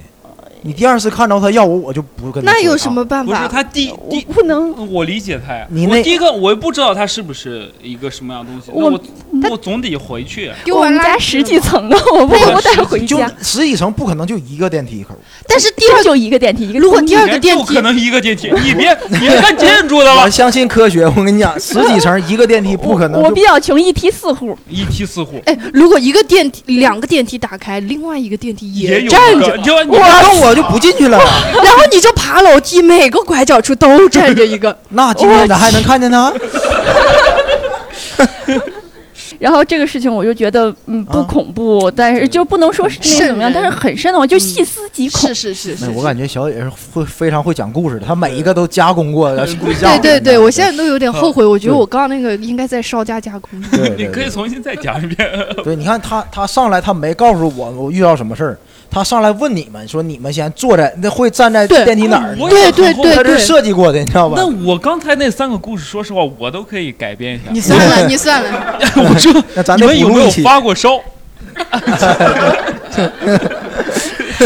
Speaker 3: 你第二次看着他要我，我就不跟他
Speaker 4: 哎那
Speaker 3: 说
Speaker 4: 有
Speaker 3: 了
Speaker 4: 什
Speaker 3: 啊
Speaker 4: 么办
Speaker 2: 不是
Speaker 4: 法？
Speaker 2: 他第
Speaker 5: 我
Speaker 2: 第。
Speaker 5: 不能
Speaker 2: 我理解他呀，
Speaker 3: 你
Speaker 2: 我
Speaker 3: 那
Speaker 2: 第一个我也不知道他是不是一个什么样的东西，那
Speaker 5: 我
Speaker 2: 我
Speaker 5: 他
Speaker 2: 我总得回去。啊
Speaker 4: 丢
Speaker 5: 我
Speaker 4: 完
Speaker 5: 们
Speaker 4: 垃
Speaker 5: 家
Speaker 4: 圾
Speaker 5: 十
Speaker 4: 了
Speaker 5: 几
Speaker 4: 吗，
Speaker 5: 层的，我不
Speaker 2: 我
Speaker 5: 能
Speaker 2: 们
Speaker 5: 带
Speaker 2: 十
Speaker 5: 回
Speaker 2: 几
Speaker 3: 就
Speaker 5: 家。
Speaker 3: 十几层不可能就一个电梯口，
Speaker 4: 但是第
Speaker 5: 它
Speaker 4: 二
Speaker 5: 就一个电梯，一个
Speaker 4: 如果
Speaker 5: 公
Speaker 4: 第
Speaker 5: 寓
Speaker 4: 二个电
Speaker 2: 就
Speaker 4: 梯
Speaker 2: 可能一个电梯，你别你别看建筑的
Speaker 3: 我
Speaker 2: 了，
Speaker 3: 相信科学。我跟你 讲，十几层一个电梯不可能
Speaker 5: 我我
Speaker 3: 就
Speaker 5: 比较穷，一梯四户，
Speaker 2: 一梯四户
Speaker 4: 哎，如果一个电梯、两个电梯打开，另外一个电梯
Speaker 2: 也有
Speaker 4: 站
Speaker 2: 一
Speaker 4: 着
Speaker 2: 个，，你就你
Speaker 3: 那我就不进 去了。
Speaker 4: 然后你就爬楼梯，每个拐角处都站着一 个。
Speaker 3: 那今天咱还能看见他？
Speaker 5: 然后这个事情我就觉得，嗯，不
Speaker 3: 啊
Speaker 5: 恐怖，但是就不能说是那个怎么样，
Speaker 4: 瘆人
Speaker 5: 但是很瘆得慌，就细思极恐。
Speaker 4: 是是
Speaker 3: 那我感觉小姐是会非常会讲故事的，她每一个都加工过的
Speaker 2: 对
Speaker 3: 故事
Speaker 4: 对对对，我现在都有点后悔，我觉得
Speaker 3: 对
Speaker 4: 我刚刚那个应该在稍加加工。
Speaker 3: 对对
Speaker 2: 你可以
Speaker 3: 对
Speaker 2: 重新再讲一遍。
Speaker 3: 对，你看她她上来她没告诉我我遇到什么事儿，她上来问你们说你们先坐在那会站在
Speaker 4: 对
Speaker 3: 电梯哪儿？
Speaker 2: 我
Speaker 4: 对
Speaker 2: 也
Speaker 4: 对
Speaker 2: 很后悔
Speaker 4: 对
Speaker 3: 她这是设计过的，你知道吧
Speaker 2: 那？我刚才那三个故事，说实话，我都可以改编一下。
Speaker 4: 你 算了，你算了，
Speaker 2: 我说
Speaker 3: 那咱
Speaker 2: 你
Speaker 3: 得
Speaker 2: 们有
Speaker 3: 补
Speaker 2: 没
Speaker 3: 录
Speaker 2: 有
Speaker 3: 一期，
Speaker 2: 发过烧？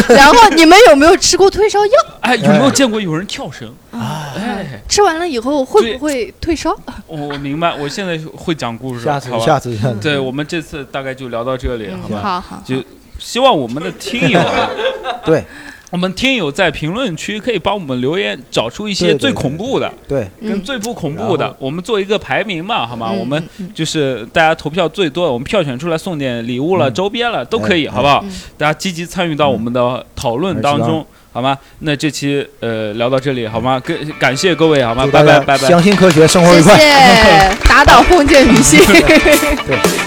Speaker 4: 然后你们有没有吃过退烧药？
Speaker 2: 哎，有没有见过有人跳绳？
Speaker 4: 啊
Speaker 2: 哎，
Speaker 4: 吃完了以后会
Speaker 2: 对
Speaker 4: 不会退烧？
Speaker 2: 我我明白，我现在会讲故事，
Speaker 3: 下次
Speaker 2: 好吧？
Speaker 3: 下次下次。
Speaker 2: 对我们这次大概就聊到这里，
Speaker 4: 嗯
Speaker 2: 好，吧？
Speaker 4: 好好，
Speaker 2: 就希望我们的听友啊，
Speaker 3: 对
Speaker 2: 我们听友在评论区可以帮我们留言，找出一
Speaker 3: 对
Speaker 2: 些
Speaker 3: 对
Speaker 2: 最
Speaker 3: 对
Speaker 2: 恐怖的
Speaker 3: 对，
Speaker 2: 跟
Speaker 4: 嗯
Speaker 2: 最不恐怖的，我们做一个排名嘛，好吗？
Speaker 4: 嗯
Speaker 2: 我们
Speaker 4: 嗯
Speaker 2: 就是大家投票最多，我们票选出来送点礼物了、
Speaker 3: 嗯
Speaker 2: 周边了都可以，
Speaker 3: 哎
Speaker 2: 好不好
Speaker 4: 嗯？
Speaker 2: 大家积极参与到我们的讨论当
Speaker 3: 嗯
Speaker 2: 中，好吗？那这期呃聊到这里，好吗？跟感谢各位，好吗？
Speaker 3: 祝
Speaker 2: 拜
Speaker 3: 大
Speaker 2: 拜
Speaker 3: 家
Speaker 2: 拜拜。
Speaker 3: 相信科学，生活
Speaker 4: 谢
Speaker 3: 愉快。
Speaker 4: 谢，打倒封建迷信。
Speaker 3: 对。